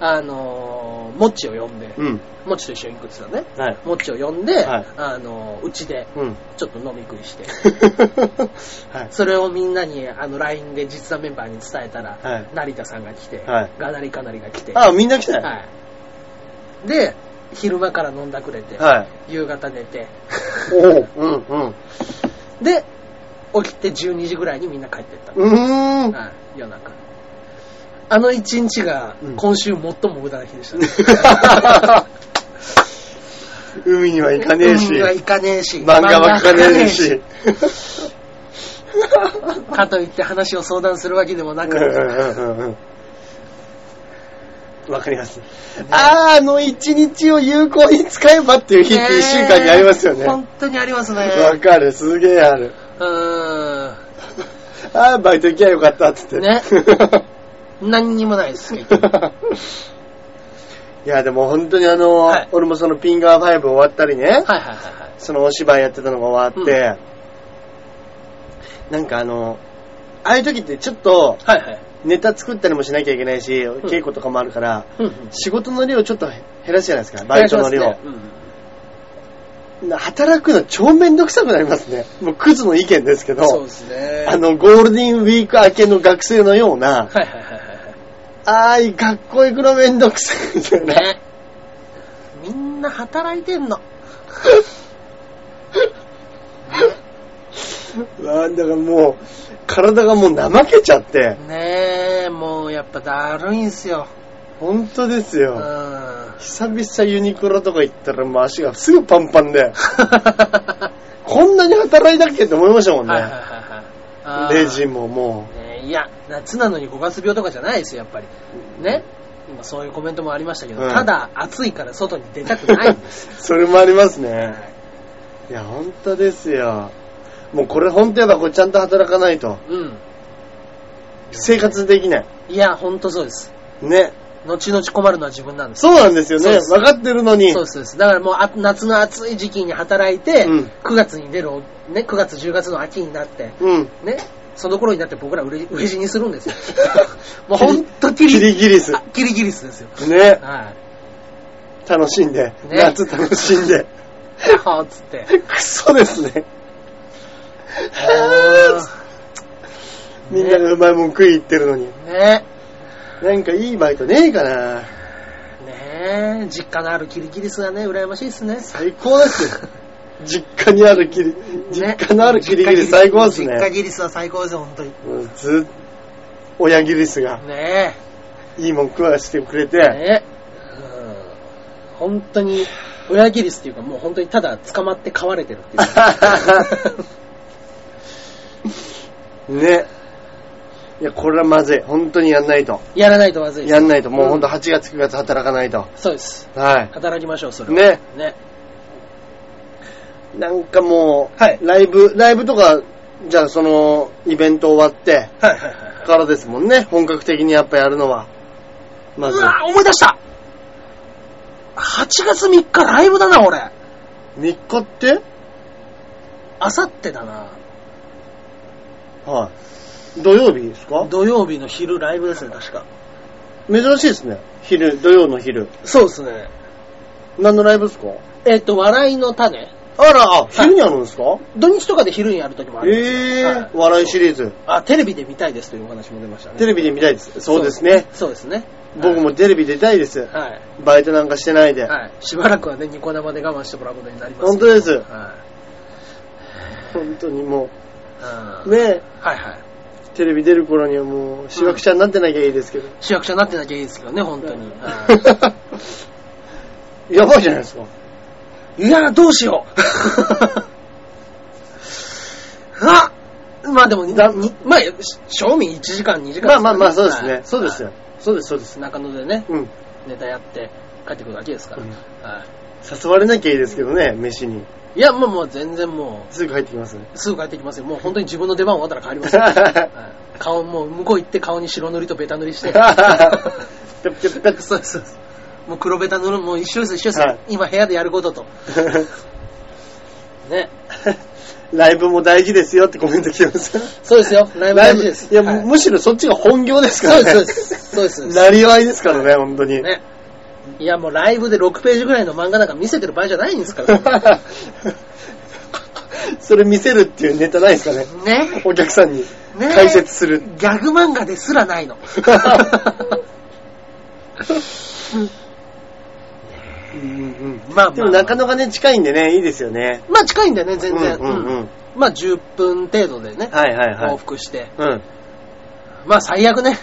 Speaker 1: あのー、もっちを呼んで、
Speaker 2: うん。
Speaker 1: もっちと一緒に行くっつったらね。
Speaker 2: はい。
Speaker 1: もっちを呼んで、
Speaker 2: はい
Speaker 1: あのー、うちで、
Speaker 2: うん。
Speaker 1: ちょっと飲み食いして、
Speaker 2: はい。
Speaker 1: それをみんなに、あの、LINE で実弾メンバーに伝えたら、
Speaker 2: はい
Speaker 1: 成田さんが来て、
Speaker 2: はい
Speaker 1: がなりかなりが来て、
Speaker 2: あ、みんな来たよ。
Speaker 1: はい。で、昼間から飲んだくれて、
Speaker 2: はい。
Speaker 1: 夕方寝て、
Speaker 2: おう。うんうん。
Speaker 1: で、起きて12時ぐらいにみんな帰ってった。
Speaker 2: うーん。
Speaker 1: はい、夜中。あの一日が
Speaker 2: うん
Speaker 1: 今週最も無駄な日でしたね。
Speaker 2: 海には行かねえし、
Speaker 1: 海は行かねえし。
Speaker 2: 漫画は書かねえし。
Speaker 1: かといって話を相談するわけでもなく。
Speaker 2: わかります。あー、あの一日を有効に使えばっていう日って一週間にありますよね。わ
Speaker 1: 本当にありますね。
Speaker 2: かる、すげえある。
Speaker 1: う
Speaker 2: あー、バイト行きゃよかったっつって。
Speaker 1: ねーん。何にもないです。
Speaker 2: いや、でも本当にあの、
Speaker 1: はい
Speaker 2: 俺もそのピンガー5終わったりね、
Speaker 1: はいはいはいはい。
Speaker 2: そのお芝居やってたのが終わって、なんかあの、ああいう時ってちょっと
Speaker 1: はいはい。
Speaker 2: ネタ作ったりもしなきゃいけないし、
Speaker 1: ん
Speaker 2: 稽古とかもあるから、
Speaker 1: うんうん。
Speaker 2: 仕事の量ちょっと減らすじゃないですか、バイトの量。
Speaker 1: お願いしますね
Speaker 2: な働くの超めんどくさくなりますね。もうクズの意見ですけ
Speaker 1: うんそう
Speaker 2: ど、
Speaker 1: ですね。
Speaker 2: あ、の、ゴールデンウィーク明けの学生のような、
Speaker 1: はいはいはいはい。
Speaker 2: ああい、学校行くのめんどくさいみたいな。
Speaker 1: ね。みんな働いて んの。
Speaker 2: なんだかもう、体がもう怠けちゃって。
Speaker 1: ねえ、もうやっぱだるいんすよ。
Speaker 2: 本当で す
Speaker 1: うん。
Speaker 2: よ。
Speaker 1: は
Speaker 2: 久々ユニクロとか行ったらもう足がすぐパンパンで、こんなに働いたっけって思いましたも
Speaker 1: い
Speaker 2: ん
Speaker 1: はいはい
Speaker 2: ね。
Speaker 1: はいあー。
Speaker 2: レジもも
Speaker 1: ねいや、夏なのに5月病とかじゃないですよ、やっぱり。ね。今そういうコメントもありましたけど、
Speaker 2: うん
Speaker 1: ただ暑いから外に出たくないんです
Speaker 2: う、それもありますね。いや、本当ですよ。もうこれ本当やっぱこれちゃんと働かないと、
Speaker 1: よ。うん。
Speaker 2: 生活できない。
Speaker 1: いや、ほんとそうです。
Speaker 2: ね。
Speaker 1: 後々困るのは自分なんです。
Speaker 2: そうなんですよ
Speaker 1: そう
Speaker 2: ね
Speaker 1: で。す
Speaker 2: 分かってるのに
Speaker 1: そ。うですそうです。だからもうあ夏の暑い時期に働いて、
Speaker 2: うん
Speaker 1: 9月に出る、ね、9月10月の秋になって、
Speaker 2: うん。
Speaker 1: ね、その頃になって僕らうれうれ死にするん ですよ。もうほんとキ
Speaker 2: キ
Speaker 1: リ
Speaker 2: リギリス。
Speaker 1: あキリギリスですよ。
Speaker 2: ね。
Speaker 1: はい。
Speaker 2: 楽しんで。夏楽しんで。
Speaker 1: ヤッホーっつっ て。
Speaker 2: クソですね。みんながうまいもん食い行ってるのに。
Speaker 1: ね
Speaker 2: なんかいいバイトねえかな
Speaker 1: ねえ、実家のあるキリギリスがね、羨ましいですね。
Speaker 2: 最高ですよ。 実家にあるキリ、実
Speaker 1: ね
Speaker 2: 家のあるキリギリス最高です
Speaker 1: 実家
Speaker 2: ね。
Speaker 1: ギリスは最高ですよ、本当に。
Speaker 2: うんずっ親ギリスが
Speaker 1: ね
Speaker 2: いいもん食わしてくれ
Speaker 1: え。
Speaker 2: て、
Speaker 1: ねえ。うん本当に、親ギリスっていうかもう本当にただ捕まって飼われてるっていう。
Speaker 2: ね。いや、これはまずい。本当にやんないと。
Speaker 1: やらないとまずいです
Speaker 2: やんないと。もう本当
Speaker 1: ん
Speaker 2: 8月9月働かないと。
Speaker 1: そうです。
Speaker 2: は
Speaker 1: 働きましょう、そ
Speaker 2: い。
Speaker 1: れは。
Speaker 2: ね。
Speaker 1: ね。
Speaker 2: なんかもう、
Speaker 1: はい
Speaker 2: ライブ、ライブとか、じゃあその、イベント終わって、
Speaker 1: はいはいはい。
Speaker 2: からですもんね。本格的にやっぱやるのは。まず
Speaker 1: う、わ思い出した !8 月3日ライブだな、俺。
Speaker 2: 3日って
Speaker 1: あさってだな。
Speaker 2: はい。土曜日ですか
Speaker 1: 土曜日の昼ライブですね、確か。
Speaker 2: 珍しいですね。昼、土曜の昼。
Speaker 1: そうですね。
Speaker 2: 何のライブですか
Speaker 1: えっ、と、笑いの種。
Speaker 2: あら、あ昼にあるんですか、
Speaker 1: 土日とかで昼にやるときもあるんですよ
Speaker 2: ええー
Speaker 1: は
Speaker 2: 笑いシリーズ。
Speaker 1: あ、テレビで見たいですというお話も出ましたね。
Speaker 2: テレビで見たいです。そうですね。。
Speaker 1: そうですね。
Speaker 2: 僕もテレビ出たいです。
Speaker 1: はい。はい。
Speaker 2: バイトなんかしてないで。
Speaker 1: はい。しばらくはね、ニコ生で我慢してもらうことになります
Speaker 2: 本
Speaker 1: けど。
Speaker 2: 当です。
Speaker 1: は
Speaker 2: 本当に
Speaker 1: い。
Speaker 2: も
Speaker 1: う
Speaker 2: う。
Speaker 1: ん
Speaker 2: ねえ、
Speaker 1: はいはい。
Speaker 2: テレビ出る頃にはもう、しわくちゃになってなきゃいいですけど。
Speaker 1: 主役者になってなきゃいいですけどね、本当に。は
Speaker 2: はい、 やばいじゃないですか。
Speaker 1: いいや、どうしよ う。あまあでも、に
Speaker 2: だ
Speaker 1: にまあ、し正味1時間、2時間、
Speaker 2: まあまあまあ、そうですね
Speaker 1: は。い
Speaker 2: そうですよ。。そうです、そうです。
Speaker 1: はい中野でね、
Speaker 2: うん。
Speaker 1: ネタやって帰ってくるだけですから。はい
Speaker 2: 誘われなきゃいいですけどね、飯に。
Speaker 1: いや、もうもう全然も
Speaker 2: すぐ入ってきますね。
Speaker 1: う、すぐ帰ってきますよ。もう本当に自分の出番終わったら帰り ますよ。はい顔、もう向こう行って顔に白塗りとベタ塗りし て。
Speaker 2: ペッペッペッ
Speaker 1: そうですそうです。もう黒ベタ塗る、もう一緒です一緒です、
Speaker 2: はい
Speaker 1: 今部屋でやることと。ね。
Speaker 2: ライブも大事ですよってコメント来てます。
Speaker 1: そうですよ。ライブ大事です。
Speaker 2: いや、
Speaker 1: はい
Speaker 2: むしろそっちが本業ですか
Speaker 1: そ
Speaker 2: ら
Speaker 1: う
Speaker 2: ね。
Speaker 1: です、そうです。そうです。
Speaker 2: なりわいですからね、本当に。
Speaker 1: ね。いや、もうライブで6ページぐらいの漫画なんか見せてる場合じゃないんです からね。
Speaker 2: それ見せるっていうネタないですかね。
Speaker 1: ね。
Speaker 2: お客さんに
Speaker 1: ね
Speaker 2: 解説する。
Speaker 1: ギャグ漫画ですら ないの。
Speaker 2: うん
Speaker 1: まあ
Speaker 2: うんでも中野がね、近いんでね、いいですよね。
Speaker 1: まあ近いんだよね、全然。
Speaker 2: うんうんうん
Speaker 1: うんまあ10分程度でね、
Speaker 2: はいはいは
Speaker 1: 往
Speaker 2: い。
Speaker 1: 復して。
Speaker 2: うん。
Speaker 1: まあ最悪ね、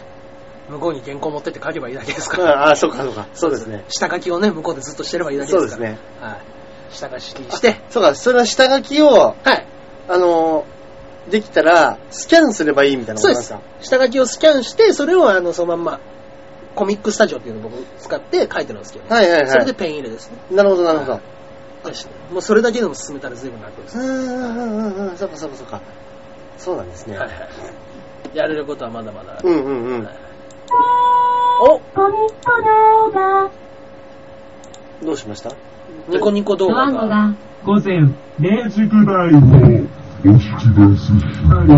Speaker 1: 向こうに原稿持ってって書けばいいだけですか
Speaker 2: うん
Speaker 1: ら。
Speaker 2: ああ、そうかそうか。そうですね。
Speaker 1: 下書きをね、向こうでずっとしてればいいだけで
Speaker 2: そう
Speaker 1: す
Speaker 2: で
Speaker 1: か
Speaker 2: す
Speaker 1: ら。
Speaker 2: ね。
Speaker 1: はい。下書きして、
Speaker 2: そうか、それは下書きを、
Speaker 1: はい。
Speaker 2: あのー、できたら、スキャンすればいいみたいなこ
Speaker 1: そ
Speaker 2: と
Speaker 1: う
Speaker 2: な
Speaker 1: で
Speaker 2: んです
Speaker 1: す
Speaker 2: か。
Speaker 1: 下書きをスキャンして、それをあの、そのまんま、コミックスタジオっていうのを僕使って書いてるんですけど、
Speaker 2: はいはい
Speaker 1: それで
Speaker 2: は
Speaker 1: ペン入れですね。
Speaker 2: い。なるほどなるほど。
Speaker 1: もうそれだけでも進めたら随分楽です。
Speaker 2: うーんうんうんうん、そうかそうかそうか。そうなんですね。
Speaker 1: はいはい。やれることはまだまだあ
Speaker 2: う
Speaker 1: る。
Speaker 2: んうんうん
Speaker 1: は。いお
Speaker 3: コミック動画。
Speaker 2: どうしました
Speaker 1: ニコニコ動画が。
Speaker 3: が午前0時
Speaker 4: 宿題をお聞き出す
Speaker 3: だね。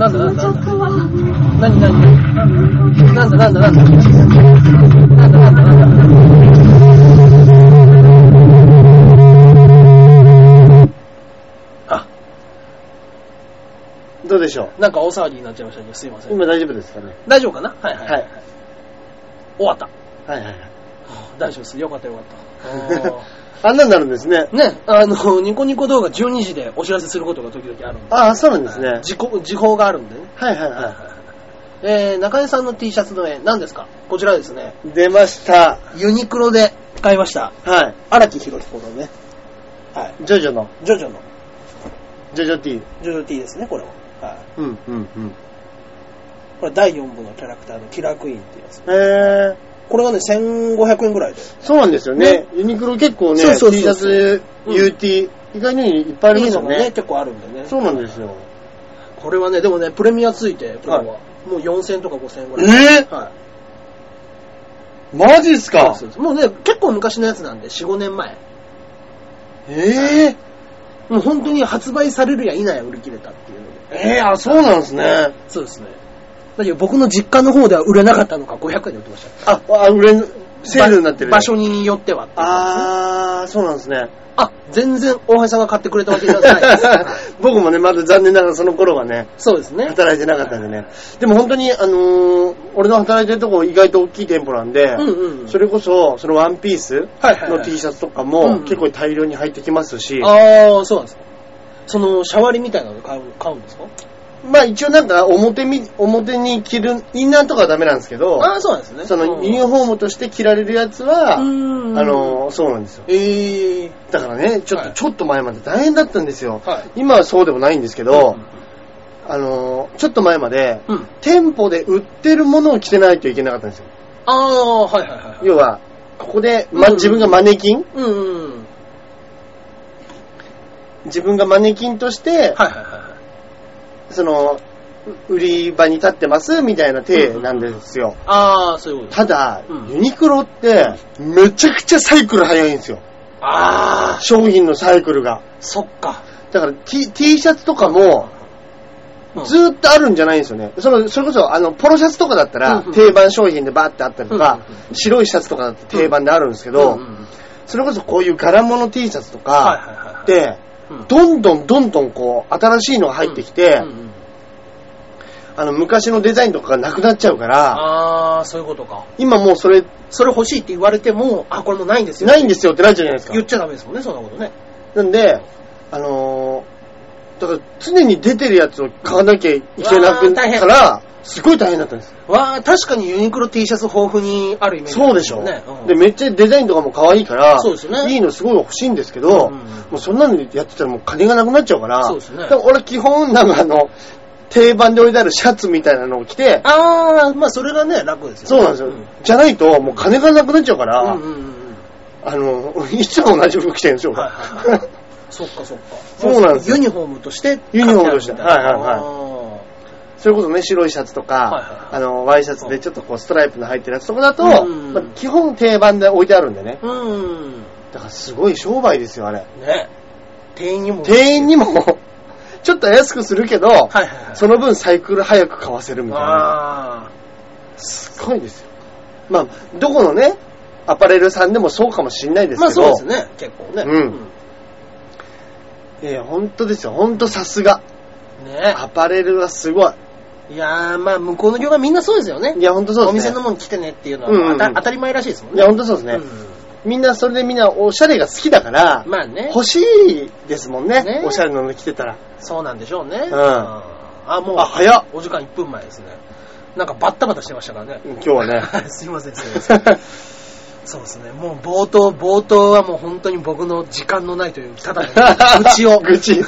Speaker 1: なんだなんだ
Speaker 3: 僕は
Speaker 1: なんだなんだなんだなんだなんだなんだなんだなんだなんだあ、
Speaker 2: どうでしょう
Speaker 1: なんか大騒ぎになっちゃいましたね。すいません。
Speaker 2: 今大丈夫ですかね
Speaker 1: 大丈夫かなはいはい。
Speaker 2: はい。
Speaker 1: 終わった。
Speaker 2: はいはいはい。
Speaker 1: 大丈夫です。よかったよかった。あ
Speaker 2: あんなになるんですね
Speaker 1: ー。ね、あの、ニコニコ動画12時でお知らせすることが時々あるんで。
Speaker 2: ああ、そうなんですね。
Speaker 1: 時効時報があるんでね。
Speaker 2: はいは
Speaker 1: はい
Speaker 2: い
Speaker 1: はい
Speaker 2: は
Speaker 1: はい。えー、中根さんの T シャツの絵、何ですかこちらですね。
Speaker 2: い。出ました。
Speaker 1: ユニクロで買いました。
Speaker 2: は
Speaker 1: 荒木宏彦のね。はい。
Speaker 2: い。ジョジョの、
Speaker 1: ジョジョの、
Speaker 2: ジョジョ T。
Speaker 1: ジョジョ T ですね、これは。はい。
Speaker 2: うんうんうん。
Speaker 1: これ第4部のキャラクターのキラークイーンっていうやつ。
Speaker 2: へえー。
Speaker 1: これがね、1500円ぐらいで。
Speaker 2: そうなんですよね。ユニクロ結構ね、
Speaker 1: そうそうそう
Speaker 2: T シャツ、
Speaker 1: うん
Speaker 2: UT、意外にいっぱいあり
Speaker 1: い
Speaker 2: ま
Speaker 1: い
Speaker 2: すよ
Speaker 1: のが
Speaker 2: ね。
Speaker 1: ね、結構あるんでね。
Speaker 2: そうなんですよ。
Speaker 1: これはね、でもね、プレミアついて、これは。
Speaker 2: は
Speaker 1: もう4000とか5000円ぐらい。
Speaker 2: え
Speaker 1: はい。
Speaker 2: ー、マジっすか
Speaker 1: そうですもうね、結構昔のやつなんで、4、5年前。
Speaker 2: えー、
Speaker 1: もう本当に発売されるや否や売り切れたっていうので。
Speaker 2: えー、あ、そうなんですね。
Speaker 1: そうですね。だけど僕の実家の方では売れなかったのか500円で売ってました。
Speaker 2: あ、あ、売れん、セールになってる。
Speaker 1: 場所によってはっていう感
Speaker 2: あー、そうなんです ね。
Speaker 1: じですね。あ、全然大橋さんが買ってくれたわけじゃないです。 はい
Speaker 2: 僕もね、まだ残念ながらその頃はね、
Speaker 1: そうですね。
Speaker 2: 働いてなかったんでね。でも本当に、あのー俺の働いてるとこ意外と大きい店舗なんで、
Speaker 1: うんうんうん。
Speaker 2: それこそ、そのワンピース
Speaker 1: はいはいはい
Speaker 2: の T シャツとか
Speaker 1: うんう
Speaker 2: も
Speaker 1: ん
Speaker 2: 結構大量に入ってきますし、
Speaker 1: ああ、そうなんですか。その、シャワリみたいなの買う買うんですか
Speaker 2: まあ一応なんか表み、表に着る、インナーとかはダメなんですけど、
Speaker 1: ああ、そうなんですね。
Speaker 2: そのユニフ
Speaker 1: ー
Speaker 2: ォームとして着られるやつは、あ
Speaker 1: うん。
Speaker 2: のーそうなんですよ。
Speaker 1: ええ
Speaker 2: だからね、ちょっと、
Speaker 1: はい
Speaker 2: ちょっと前まで大変だったんですよ。
Speaker 1: はい
Speaker 2: 今はそうでもないんですけど、あのーちょっと前まで、
Speaker 1: うん。
Speaker 2: 店舗で売ってるものを着てないといけなかったんですよ。
Speaker 1: ああ、はいはいはいはい。
Speaker 2: 要は、ここで、ま
Speaker 1: うん
Speaker 2: 自分がマネキン
Speaker 1: うんうん。
Speaker 2: 自分がマネキンとして、
Speaker 1: はいはいはいはい。
Speaker 2: その、う売り場に立ってますみたいな体なんですよ。
Speaker 1: ああ、そういうことです。
Speaker 2: ただ、
Speaker 1: うん
Speaker 2: ユニクロって、めちゃくちゃサイクル早いんですよ。
Speaker 1: ああ、
Speaker 2: 商品のサイクルが。
Speaker 1: そっか。
Speaker 2: だから T, T シャツとかも、
Speaker 1: うん
Speaker 2: ずーっとあるんじゃないんですよね。そのそれこそ、あの、ポロシャツとかだった
Speaker 1: う
Speaker 2: ら
Speaker 1: んうん、
Speaker 2: 定番商品でバーってあったりとか
Speaker 1: うんうん、
Speaker 2: 白いシャツとかだって定番であるんですけ
Speaker 1: うん
Speaker 2: ど
Speaker 1: う、んうん
Speaker 2: それこそこういう柄物 T シャツと
Speaker 1: はい
Speaker 2: か、
Speaker 1: はいはいはい。
Speaker 2: で、
Speaker 1: うん、
Speaker 2: どんどんどんどんこう、新しいのが入ってきて
Speaker 1: うん、うんうん
Speaker 2: あの、昔のデザインとかがなくなっちゃうから、
Speaker 1: ああ、そういうことか。
Speaker 2: 今もうそれ、
Speaker 1: それ欲しいって言われても、あ、これもうないんですよ。
Speaker 2: ないんですよってなっちゃうじゃないですか
Speaker 1: 言。っちゃダメですもんね、そんなことね。
Speaker 2: なんで、あのー、だから常に出てるやつを買わなきゃいけ
Speaker 1: う
Speaker 2: なく
Speaker 1: わー大変
Speaker 2: から、すごい大変だったんです。
Speaker 1: わあ、確かにユニクロ T シャツ豊富にあるイメージ、
Speaker 2: そうでしょ
Speaker 1: ね。うん
Speaker 2: で、めっちゃデザインとかも可愛いから、
Speaker 1: そうですよね
Speaker 2: いいのすごい欲しいんですけど、
Speaker 1: うんうんうん
Speaker 2: もうそんなのやってたらもう金がなくなっちゃうから、
Speaker 1: そうですね
Speaker 2: だから俺基本なんかあの、定番で置いてあるシャツみたいなのを着て、
Speaker 1: ああ、まあそれがね、楽ですよ、ね。
Speaker 2: そうなんですよ。じゃないと、もう金がなくなっちゃうから、
Speaker 1: うんうんうんうん。
Speaker 2: あの、 いつも同じ服着てるんですよ。
Speaker 1: はいはいはいそっかそっか。
Speaker 2: そうなんですよ
Speaker 1: ユニフォームとして。
Speaker 2: ユニフォームとして
Speaker 1: 買ってあるみた
Speaker 2: はいはいはい それこそね、白いシャツとか、
Speaker 1: はいはいはい
Speaker 2: あの、ワイシャツでちょっとこう、ストライプの入ってるやつとかだと、
Speaker 1: うん
Speaker 2: まあ基本定番で置いてあるんでね。
Speaker 1: あーうん。
Speaker 2: だからすごい商売ですよ、あれ。
Speaker 1: ね。店員にも。
Speaker 2: 店員にも、 ちょっと安くするけど、
Speaker 1: はいはいはい。
Speaker 2: その分サイクル早く買わせるみたいな。
Speaker 1: ああ。
Speaker 2: すごいですよ。まあ、どこのね、アパレルさんでもそうかもしんないですけど、
Speaker 1: まあそうですね、結構ね。
Speaker 2: うんええ本当ですよ。本当さすが。
Speaker 1: うんね。
Speaker 2: アパレルはすごい。
Speaker 1: いやー、まあ向こうの業界みんなそうですよね。
Speaker 2: いや、本当そうですね。
Speaker 1: お店のもん来てねっていうのは、
Speaker 2: うんうんうん
Speaker 1: まあた当たり前らしいですもん
Speaker 2: い
Speaker 1: ね。
Speaker 2: や、本当そうですね。みんな、それでみんなおしゃれが好きだから
Speaker 1: うん、まあね、
Speaker 2: 欲しいですもんね。
Speaker 1: ね
Speaker 2: おしゃれなの着てたら。
Speaker 1: そうなんでしょうね。
Speaker 2: ん
Speaker 1: あ、もう、
Speaker 2: あ早っ
Speaker 1: お時間1分前ですね。なんかバッタバタしてましたからね。
Speaker 2: 今日はね。
Speaker 1: すいません、すいません。そうですね。もう冒頭、冒頭はもう本当に僕の時間のないという、ただの愚痴を。
Speaker 2: 愚痴。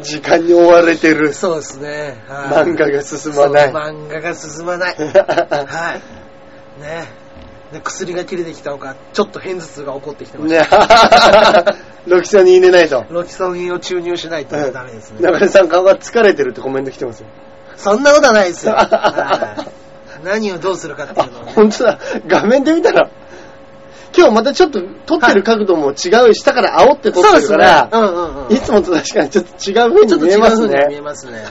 Speaker 2: 時間に追われて る。
Speaker 1: そうですね。はい
Speaker 2: 漫画が進まない。
Speaker 1: そう漫画が進ま ない。はい。ねで薬が切れてきたのか、ちょっと片頭痛が起こってきてまし
Speaker 2: ね
Speaker 1: た。
Speaker 2: ロキソニン入れないと。
Speaker 1: ロキソニンを注入しないとダメですね。
Speaker 2: 中根さん顔が疲れてるってコメント来てますよ。
Speaker 1: そんなことは ないですよ。はい何をどうするかっていうのをね、
Speaker 2: 本当だ。画面で見たら、今日またちょっと撮ってる角度も違う、下から煽って撮ってるから、
Speaker 1: うんうんうん。
Speaker 2: いつもと確かにちょっと違う風
Speaker 1: ちょっ
Speaker 2: に
Speaker 1: と
Speaker 2: 見
Speaker 1: 違
Speaker 2: え
Speaker 1: う
Speaker 2: ます
Speaker 1: 風に見え
Speaker 2: ね。
Speaker 1: ますね。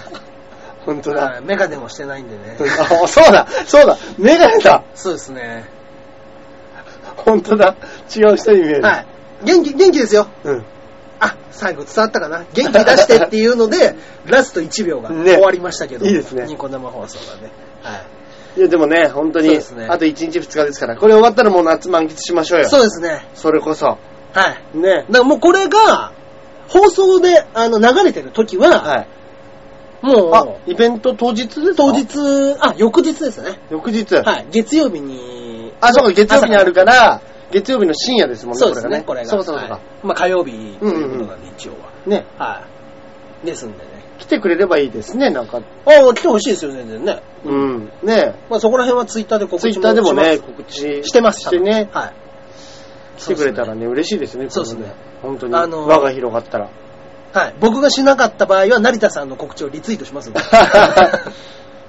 Speaker 2: 本当
Speaker 1: は
Speaker 2: だ。
Speaker 1: いメガネもしてないんで ね。
Speaker 2: あそうだ、そうだ、メガネだ。
Speaker 1: そうですね。
Speaker 2: 本当だ。違う人に見える。
Speaker 1: はい。元気、元気ですよ。
Speaker 2: うん。
Speaker 1: あ、最後伝わったかな。元気出してっていうの で、ラスト1秒が
Speaker 2: ね
Speaker 1: 終わりましたけど。
Speaker 2: いいですね
Speaker 1: ニコ生放送がね。はい。
Speaker 2: いや、でもね、本当
Speaker 1: そう
Speaker 2: に、
Speaker 1: ですね
Speaker 2: あと1日2日ですから、これ終わったらもう夏満喫しましょうよ。
Speaker 1: そうですね。
Speaker 2: それこそ。
Speaker 1: はい。
Speaker 2: ね
Speaker 1: だ。からもうこれが、放送であの流れてる時は、
Speaker 2: はい。あ
Speaker 1: も、う、
Speaker 2: イベント当日ですか
Speaker 1: 当。日、あ、翌日ですね。
Speaker 2: 翌日。
Speaker 1: はい。月曜日に。
Speaker 2: あ、そうか、月曜日にあるから、月曜日の深夜ですもんね、
Speaker 1: そうですね、これが。
Speaker 2: そうそうそう。
Speaker 1: はいまあ火曜日ということなんで、一応は。
Speaker 2: ね、
Speaker 1: はい。ですんでね。
Speaker 2: 来てくれればいいですね、なんか。
Speaker 1: ああ、来てほしいですよ、全然ね。
Speaker 2: うん。ね
Speaker 1: まあそこら辺はツイッターで告知
Speaker 2: ツイッターでもね、
Speaker 1: しま
Speaker 2: 告知
Speaker 1: すしてます
Speaker 2: してね、
Speaker 1: はい。
Speaker 2: 来てくれたらね、嬉しいですね、
Speaker 1: そうですね
Speaker 2: この。本当に。
Speaker 1: あのー
Speaker 2: 輪が広が ったら。
Speaker 1: はい。僕がしなかった場合は、成田さんの告知をリツイートし ますんで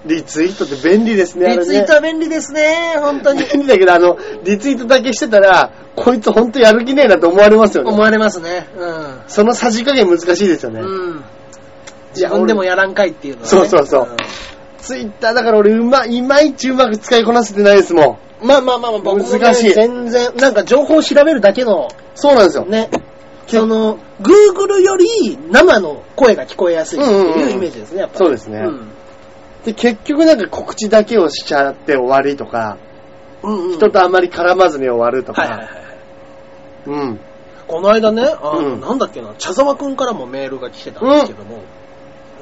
Speaker 2: リツイートって便利ですね、あれ
Speaker 1: リ
Speaker 2: ね
Speaker 1: ツイートは便利ですね、本 当に。
Speaker 2: 便利だけど、あの、リツイートだけしてたら、こいつ本当やる気ねえなと思われますよ
Speaker 1: 思
Speaker 2: ね。
Speaker 1: われますね。うん。
Speaker 2: そのさじ加減難しいですよね。
Speaker 1: うん。自分でもやらんかいっていうのは、ね。
Speaker 2: そうそうそうんツイッターだから俺、うま、いまいちうまく使いこなせてないですもん。
Speaker 1: まあまあまあまあ、僕もね
Speaker 2: 難しい
Speaker 1: 全然、なんか情報を調べるだけの、
Speaker 2: そうなんですよ。
Speaker 1: ね、その、Google より生の声が聞こえやすいって
Speaker 2: うんうん
Speaker 1: いううんイメージですね、やっぱり。
Speaker 2: そうですね
Speaker 1: ん
Speaker 2: で、結局なんか告知だけをしちゃって終わりとか、
Speaker 1: うんうん
Speaker 2: 人とあんまり絡まずに終わると
Speaker 1: はいはい
Speaker 2: か、
Speaker 1: はいはい。
Speaker 2: うん。
Speaker 1: この間ね、あの
Speaker 2: うん
Speaker 1: なんだっけな、茶沢くんからもメールが来てたんですけども、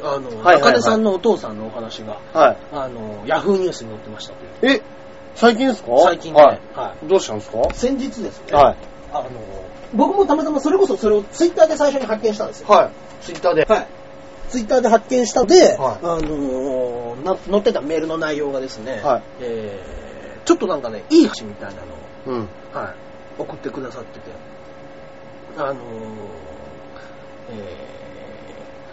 Speaker 1: あの、
Speaker 2: はいはい
Speaker 1: 中根さんのお父さんのお話が、
Speaker 2: はい。
Speaker 1: あの、ヤフーニュースに載ってましたという。
Speaker 2: え、最近ですか
Speaker 1: 最近ね、
Speaker 2: はい。
Speaker 1: は
Speaker 2: どうしたんですか
Speaker 1: い先日ですね、
Speaker 2: はい。
Speaker 1: あの、僕もたまたまそれこそそれをツイッターで最初に発見したんですよ。
Speaker 2: はい。ツイッターで。
Speaker 1: はい。ツイッターで発見したので、
Speaker 2: はい
Speaker 1: あのーな載ってたメールの内容がですね、
Speaker 2: はい
Speaker 1: えーちょっとなんかね、いい話みたいなのを、
Speaker 2: うん。
Speaker 1: はい、送ってくださってて、あのーえー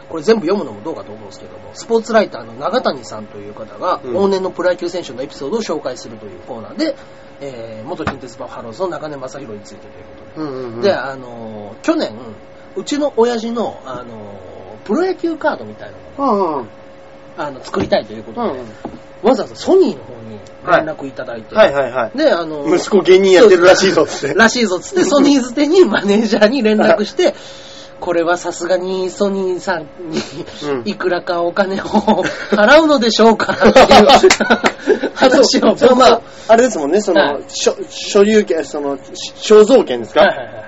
Speaker 1: これ全部読むのもどうかと思うんですけども、スポーツライターの永谷さんという方が、
Speaker 2: うん
Speaker 1: 往年のプロ野球選手のエピソードを紹介するというコーナーで、えー元近鉄バファローズの中根正宏についてということで、
Speaker 2: うんうんうん。
Speaker 1: で、あのー去年、うちの親父の、あのープロ野球カードみたいなのを
Speaker 2: うんうん。
Speaker 1: あの作りたいということで、
Speaker 2: うん
Speaker 1: わざわざソニーの方に連絡いただいて、
Speaker 2: はいはいはい。
Speaker 1: で、あのー
Speaker 2: 息子芸人やってるらしいぞっ つって。
Speaker 1: らしいぞっつって、ソニーズ手にマネージャーに連絡 して、これはさすがにソニーさん
Speaker 2: うん
Speaker 1: にいくらかお金を払うのでしょう かっていう話を、
Speaker 2: そうまあ、あれですもんね、そ
Speaker 1: は
Speaker 2: の
Speaker 1: い、
Speaker 2: 所所有権、その、し肖像権です
Speaker 1: はいは
Speaker 2: か
Speaker 1: いはい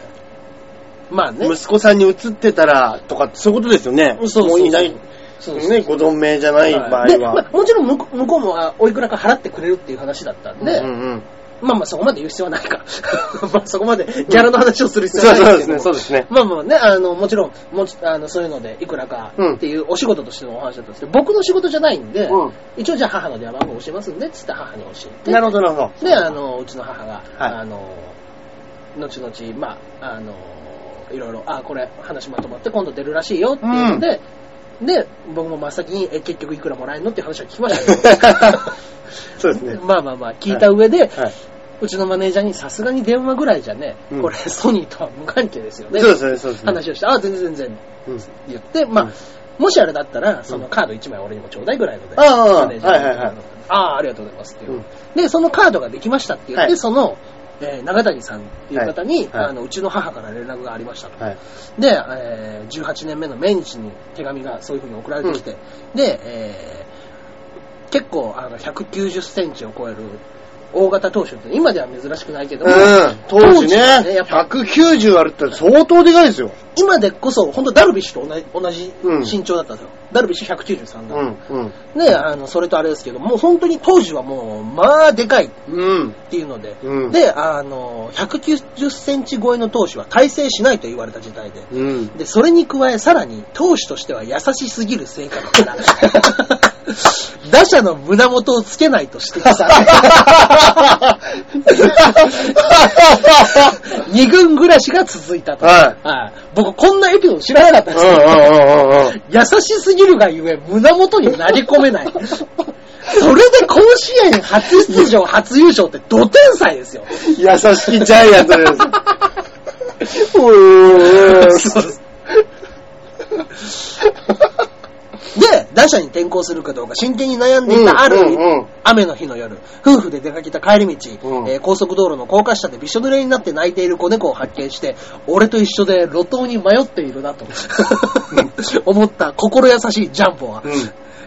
Speaker 1: まあね、
Speaker 2: 息子さんに移ってたら、とか、そういうことですよね。
Speaker 1: そうそうそう
Speaker 2: もういない、
Speaker 1: そうそう
Speaker 2: ね、ご存命じゃない場合
Speaker 1: で、まあ
Speaker 2: は。
Speaker 1: もちろん向こう向こうもあおいくらか払ってくれるっていう話だったんで、
Speaker 2: うんうん。
Speaker 1: まあまあそこまで言う必要はないか。 まあそこまでギャラの話をする必要はないですけども、
Speaker 2: そうそうですねそうですね
Speaker 1: まあまあね、あの、もちろん、もちあのそういうのでいくらかっていうお仕事としてのお話だったんですけど、僕の仕事じゃないんで、
Speaker 2: うん
Speaker 1: 一応じゃあ母の電話番号教えますんで、つって母に教えて。
Speaker 2: なるほど、な るほど。
Speaker 1: で、あの、うちの母が、
Speaker 2: はい
Speaker 1: あの、後々、まあ、あの、いろいろ、あ、これ話まとまって今度出るらしいよっていうので、で、僕も真っ先に、え、結局いくらもらえるのっていう話は聞きました
Speaker 2: そうです
Speaker 1: け
Speaker 2: ね
Speaker 1: ど、。 まあまあまあ、聞いた上で、
Speaker 2: はい。
Speaker 1: うちのマネージャーにさすがに電話ぐらいじゃね、
Speaker 2: うん
Speaker 1: これソニーとは無関係ですよね。
Speaker 2: そうですね、そうですね。
Speaker 1: 話をして、あ、全然全然
Speaker 2: うん
Speaker 1: 言って、まあ、もしあれだったら、そのカード1枚俺にもちょうだいぐらいので、
Speaker 2: ああ
Speaker 1: マネージャーに
Speaker 2: はいはいはい
Speaker 1: ああ、ありがとうございますっていう、
Speaker 2: うん
Speaker 1: で、そのカードができましたって言って、
Speaker 2: はい
Speaker 1: その、えー長谷さんっていう方に、
Speaker 2: はいはい
Speaker 1: あのうちの母から連絡がありましたと。
Speaker 2: はい。
Speaker 1: で、えー18年目の命日に手紙がそういうふうに送られてきて、で、えー結構あの190センチを超える大型投手って、今では珍しくないけども、
Speaker 2: うん。当時ね
Speaker 1: 当時ね、やっぱ
Speaker 2: 190あるって相当でかいですよ。
Speaker 1: 今でこそ、本当ダルビッシュと同じ同じ
Speaker 2: うん
Speaker 1: 身長だったんですよ。ダルビッシュ193
Speaker 2: う
Speaker 1: だ、
Speaker 2: ん、うん。
Speaker 1: で、あの、それとあれですけど、もう本当に当時はもう、まあ、でかいっ
Speaker 2: うん。
Speaker 1: ていうので、
Speaker 2: うん
Speaker 1: で、あの、190センチ超えの投手は大成しないと言われた時代で、
Speaker 2: うん。
Speaker 1: で、それに加え、さらに、投手としては優しすぎる性格から、 打者の胸元をつけないと指摘 され、二軍暮らしが続いたと。
Speaker 2: は
Speaker 1: はい僕、こんなエピソード知らなかった
Speaker 2: い。
Speaker 1: ですけど
Speaker 2: うんうんうんうんうん。
Speaker 1: 優しすぎるがゆえ、胸元に投げ込めない。それで甲子園初出場、初優勝って、ド天才ですよ。
Speaker 2: 優しきジャイアントです。うーん
Speaker 1: そうですで、打者に転向するかどうか真剣に悩んでいたある日、
Speaker 2: うんうんうん
Speaker 1: 雨の日の夜、夫婦で出かけた帰り道、
Speaker 2: うん
Speaker 1: えー高速道路の高架下でびしょ濡れになって泣いている子猫を発見して、俺と一緒で路頭に迷っている なと、思った心優しいジャンボは、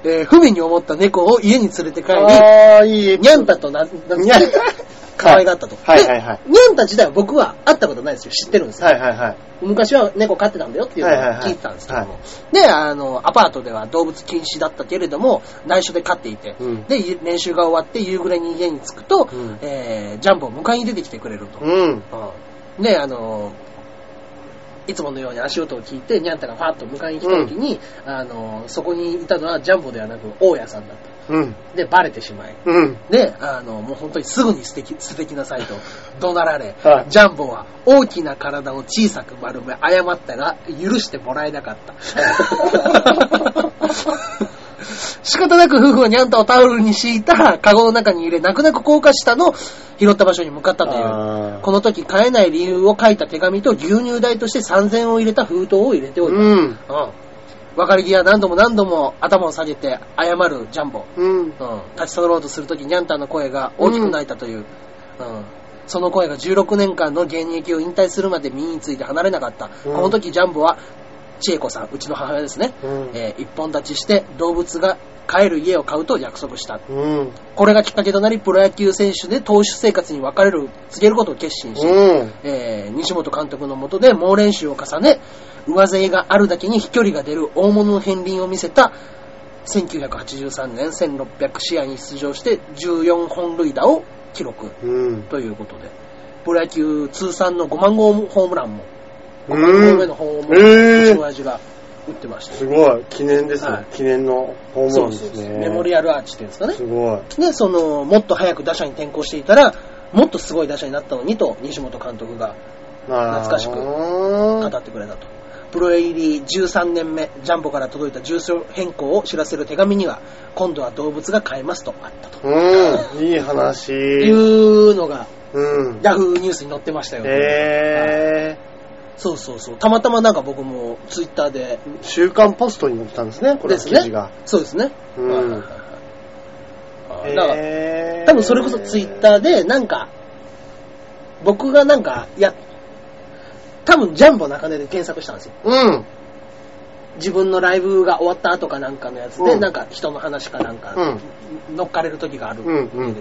Speaker 1: えー不憫に思った猫を家に連れて帰り、
Speaker 2: あー、いい。
Speaker 1: ニャンタとな、な
Speaker 2: にゃん
Speaker 1: 可愛がったと。
Speaker 2: はいはいはい
Speaker 1: でニャンタ自体は僕は会ったことないですよ。知ってるんですよ。
Speaker 2: はいはいはい。
Speaker 1: 昔は猫飼ってたんだよっていうのを聞いてたんですけど
Speaker 2: はいは
Speaker 1: も。で、あの、アパートでは動物禁止だったけれども、内緒で飼っていて、
Speaker 2: うん
Speaker 1: で、い練習が終わって夕暮れに家に着くと、
Speaker 2: うん
Speaker 1: えージャンボを迎えに出てきてくれると。
Speaker 2: うん。
Speaker 1: うんで、あの、いつものように足音を聞いて、ニャンタがパッと迎えに来た時に、あの、そこにいたのはジャンボではなく、大家さんだっ
Speaker 2: うん。
Speaker 1: た。で、バレてしまい、
Speaker 2: うん。
Speaker 1: で、あの、もう本当にすぐに捨てき捨ててきなさい と怒鳴られ、
Speaker 2: はい
Speaker 1: ジャンボは大きな体を小さく丸め、謝ったが、許してもらえなか った。仕方なく夫婦はニャンタをタオルに敷いた、カゴの中に入れ、泣く泣く高架下の拾った場所に向かったとい
Speaker 2: あ
Speaker 1: う。
Speaker 2: ー
Speaker 1: この時、買えない理由を書いた手紙と牛乳代として3000円を入れた封筒を入れておいた。
Speaker 2: うん。
Speaker 1: うん別れ際何度も何度も頭を下げて謝るジャンボ。
Speaker 2: うん。
Speaker 1: うん、立ち去ろうとするとき、ニャンタンの声が大きく泣いたという、うんその声が16年間の現役を引退するまで身について離れなかった、この時ジャンボは千恵子さん、うちの母親ですね、
Speaker 2: うん
Speaker 1: えー一本立ちして動物が帰る家を買うと約束した。
Speaker 2: うん。
Speaker 1: これがきっかけとなり、プロ野球選手で投手生活に別れる、告げることを決心し、
Speaker 2: うん。
Speaker 1: えー西本監督のもとで猛練習を重ね、上背があるだけに飛距離が出る大物の片鱗を見せた、1983年1600試合に出場して14本塁打を記録
Speaker 2: うん。
Speaker 1: ということで、プロ野球通算の5万号ホームランも、5
Speaker 2: うん
Speaker 1: 万号目のホームランも、うちの親父が打ってました
Speaker 2: す。ごい。記念です
Speaker 1: はい
Speaker 2: ね。記念のホーム
Speaker 1: そ
Speaker 2: ラン
Speaker 1: う
Speaker 2: で
Speaker 1: そうそ
Speaker 2: す
Speaker 1: う。
Speaker 2: ね。
Speaker 1: メモリアルアーチっていうんですかね。
Speaker 2: すごい。
Speaker 1: で、その、もっと早く打者に転向していたら、もっとすごい打者になったのにと、西本監督が懐
Speaker 2: 懐
Speaker 1: かしく語ってくれたと。プロ入り13年目、ジャンボから届いた住所変更を知らせる手紙には、今度は動物が飼えますとあったと。
Speaker 2: うん。いい話。
Speaker 1: いうのが、
Speaker 2: うん。
Speaker 1: ヤフーニュースに載ってましたよ。
Speaker 2: え
Speaker 1: そうそうそう。たまたまなんか僕もツイッターで、
Speaker 2: ー。週刊ポストに載ったんですね、これ
Speaker 1: で
Speaker 2: の
Speaker 1: す
Speaker 2: 記
Speaker 1: ね
Speaker 2: 事が。。
Speaker 1: そうですね。
Speaker 2: うん
Speaker 1: はいはいはいはいあだから、
Speaker 2: えー
Speaker 1: 多分それこそツイッターで、なんか、僕がなんか、や、多分ジャンボ中根で検索したんですよ。
Speaker 2: うん。
Speaker 1: 自分のライブが終わった後かなんかのやつで、
Speaker 2: うん
Speaker 1: なんか人の話かなんか、乗っかれる時があるって
Speaker 2: うん
Speaker 1: 出てくるので、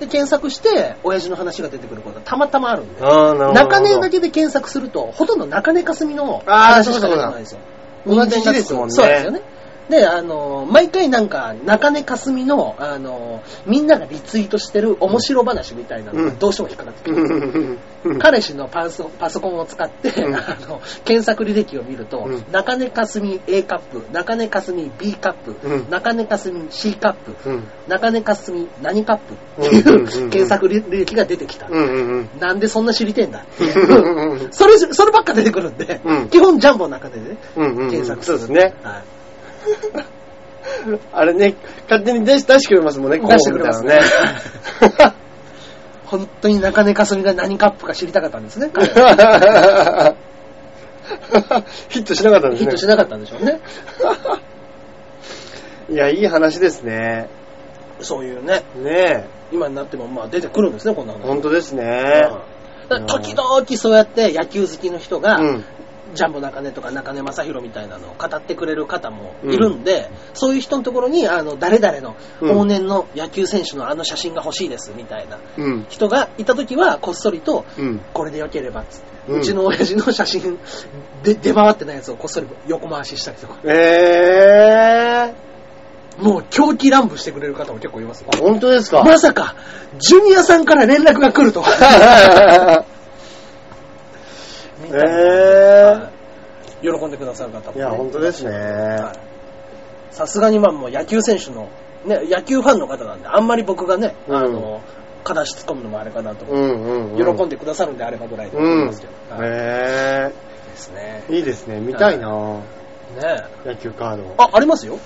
Speaker 1: で、検索して、親父の話が出てくることがたまたまあるんで、
Speaker 2: ああ、なるほど。
Speaker 1: 中根だけで検索すると、ほとんど中根かすみの
Speaker 2: あー
Speaker 1: 話しか出てこないですよ。
Speaker 2: そうだそうだ
Speaker 1: 人間が
Speaker 2: 同じ字ですもんね
Speaker 1: そうですよね。で、あの、毎回なんか、中根かすみの、あの、みんながリツイートしてる面白話みたいなのがどうしても引っかかってくる。
Speaker 2: うん。うん
Speaker 1: 彼氏のパソパソコンを使って、
Speaker 2: うん
Speaker 1: あの検索履歴を見ると、
Speaker 2: うん
Speaker 1: 中根かすみ A カップ、中根かすみ B カップ、
Speaker 2: うん
Speaker 1: 中根かすみ C カップ、
Speaker 2: うん。
Speaker 1: 中根かすみ何カップっていううん
Speaker 2: うんうん
Speaker 1: 検索履歴が出てきた。
Speaker 2: うんうん
Speaker 1: なんでそんな知りてえんだってい
Speaker 2: う
Speaker 1: う。
Speaker 2: んうん
Speaker 1: それ、そればっか出てくるんで、
Speaker 2: うん
Speaker 1: 基本ジャンボの中でね、
Speaker 2: うんうん。
Speaker 1: 検索する。
Speaker 2: そうですね。
Speaker 1: はい。
Speaker 2: あれね、勝手に出し出してくれますもんね、
Speaker 1: 出してくれますね
Speaker 2: こうみたいなね。
Speaker 1: 本当に中根かすみが何カップか知りたかったんですね。彼は
Speaker 2: ヒットしなかったんです
Speaker 1: ヒッ
Speaker 2: ね。
Speaker 1: トしなかったんでしょうね。
Speaker 2: いや、いい話ですね。
Speaker 1: そういうね、
Speaker 2: ね
Speaker 1: 今になってもまあ出てくるんですね、こんな
Speaker 2: え、
Speaker 1: 話。
Speaker 2: 本当ですね。
Speaker 1: うん時々そうやって野球好きの人が、
Speaker 2: うん。
Speaker 1: ジャンボ中根とか中根正宏みたいなのを語ってくれる方もいるんで、そういう人のところに、あの、誰々の
Speaker 2: うん
Speaker 1: 往年の野球選手のあの写真が欲しいですみたいな
Speaker 2: うん。
Speaker 1: 人がいた時は、こっそりと、
Speaker 2: うん。
Speaker 1: これでよければっつって、う
Speaker 2: うん
Speaker 1: ちの親父の写真 で出回ってないやつをこっそり横回ししたりとか、
Speaker 2: え
Speaker 1: もう狂気乱舞してくれる方も結構いますよ
Speaker 2: ー、本当ですか
Speaker 1: まさか、ジュニアさんから連絡が来るとは。みたいな
Speaker 2: へー
Speaker 1: はい喜んでくださる方もね、
Speaker 2: いや、本当ですね。
Speaker 1: はいさすがにまあもう野球選手の、ね、野球ファンの方なんで、あんまり僕がね、
Speaker 2: うん
Speaker 1: あの、片足突っ込むのもあれかなと
Speaker 2: う
Speaker 1: 思って、
Speaker 2: んうん、うん。
Speaker 1: 喜んでくださるんであればぐらいで思
Speaker 2: う
Speaker 1: い
Speaker 2: ん
Speaker 1: ますけど、。はい
Speaker 2: へ
Speaker 1: ですね。
Speaker 2: えいいですね。見たいな
Speaker 1: ねえ
Speaker 2: 野球カード。
Speaker 1: あ、ありますよ。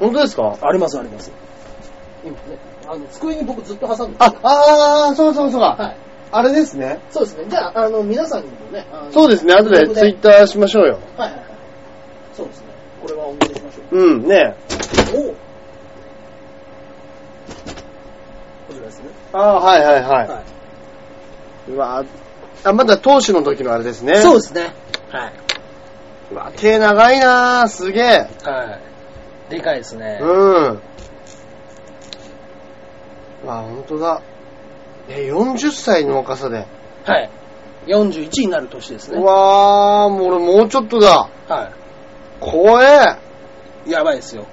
Speaker 2: 本当ですか
Speaker 1: ありますあります。今ね、あの、机に僕ずっと挟んでます
Speaker 2: あ、あー、そうそうそう。
Speaker 1: はい。
Speaker 2: あれですね。
Speaker 1: そうですね。じゃあ、あの、皆さんにもね、あの
Speaker 2: そうですね。後でツイッターしましょうよ。
Speaker 1: はいはいはい。そうですね。これはお見せしましょ
Speaker 2: うん、ね
Speaker 1: う。おおこちらですね。
Speaker 2: あー、はいはいはい。
Speaker 1: はいう
Speaker 2: わあ、まだ投手の時のあれですね。
Speaker 1: そう
Speaker 2: う
Speaker 1: ですね。はい。
Speaker 2: わ手長いなー、すげえ。
Speaker 1: はい。でかいですね
Speaker 2: うん。うわあ、ほんとだ。え、40歳の若さで。
Speaker 1: はい。41になる年ですね。
Speaker 2: うわあ、もう俺もうちょっとだ。
Speaker 1: は
Speaker 2: 怖え。
Speaker 1: い。やばいですよ。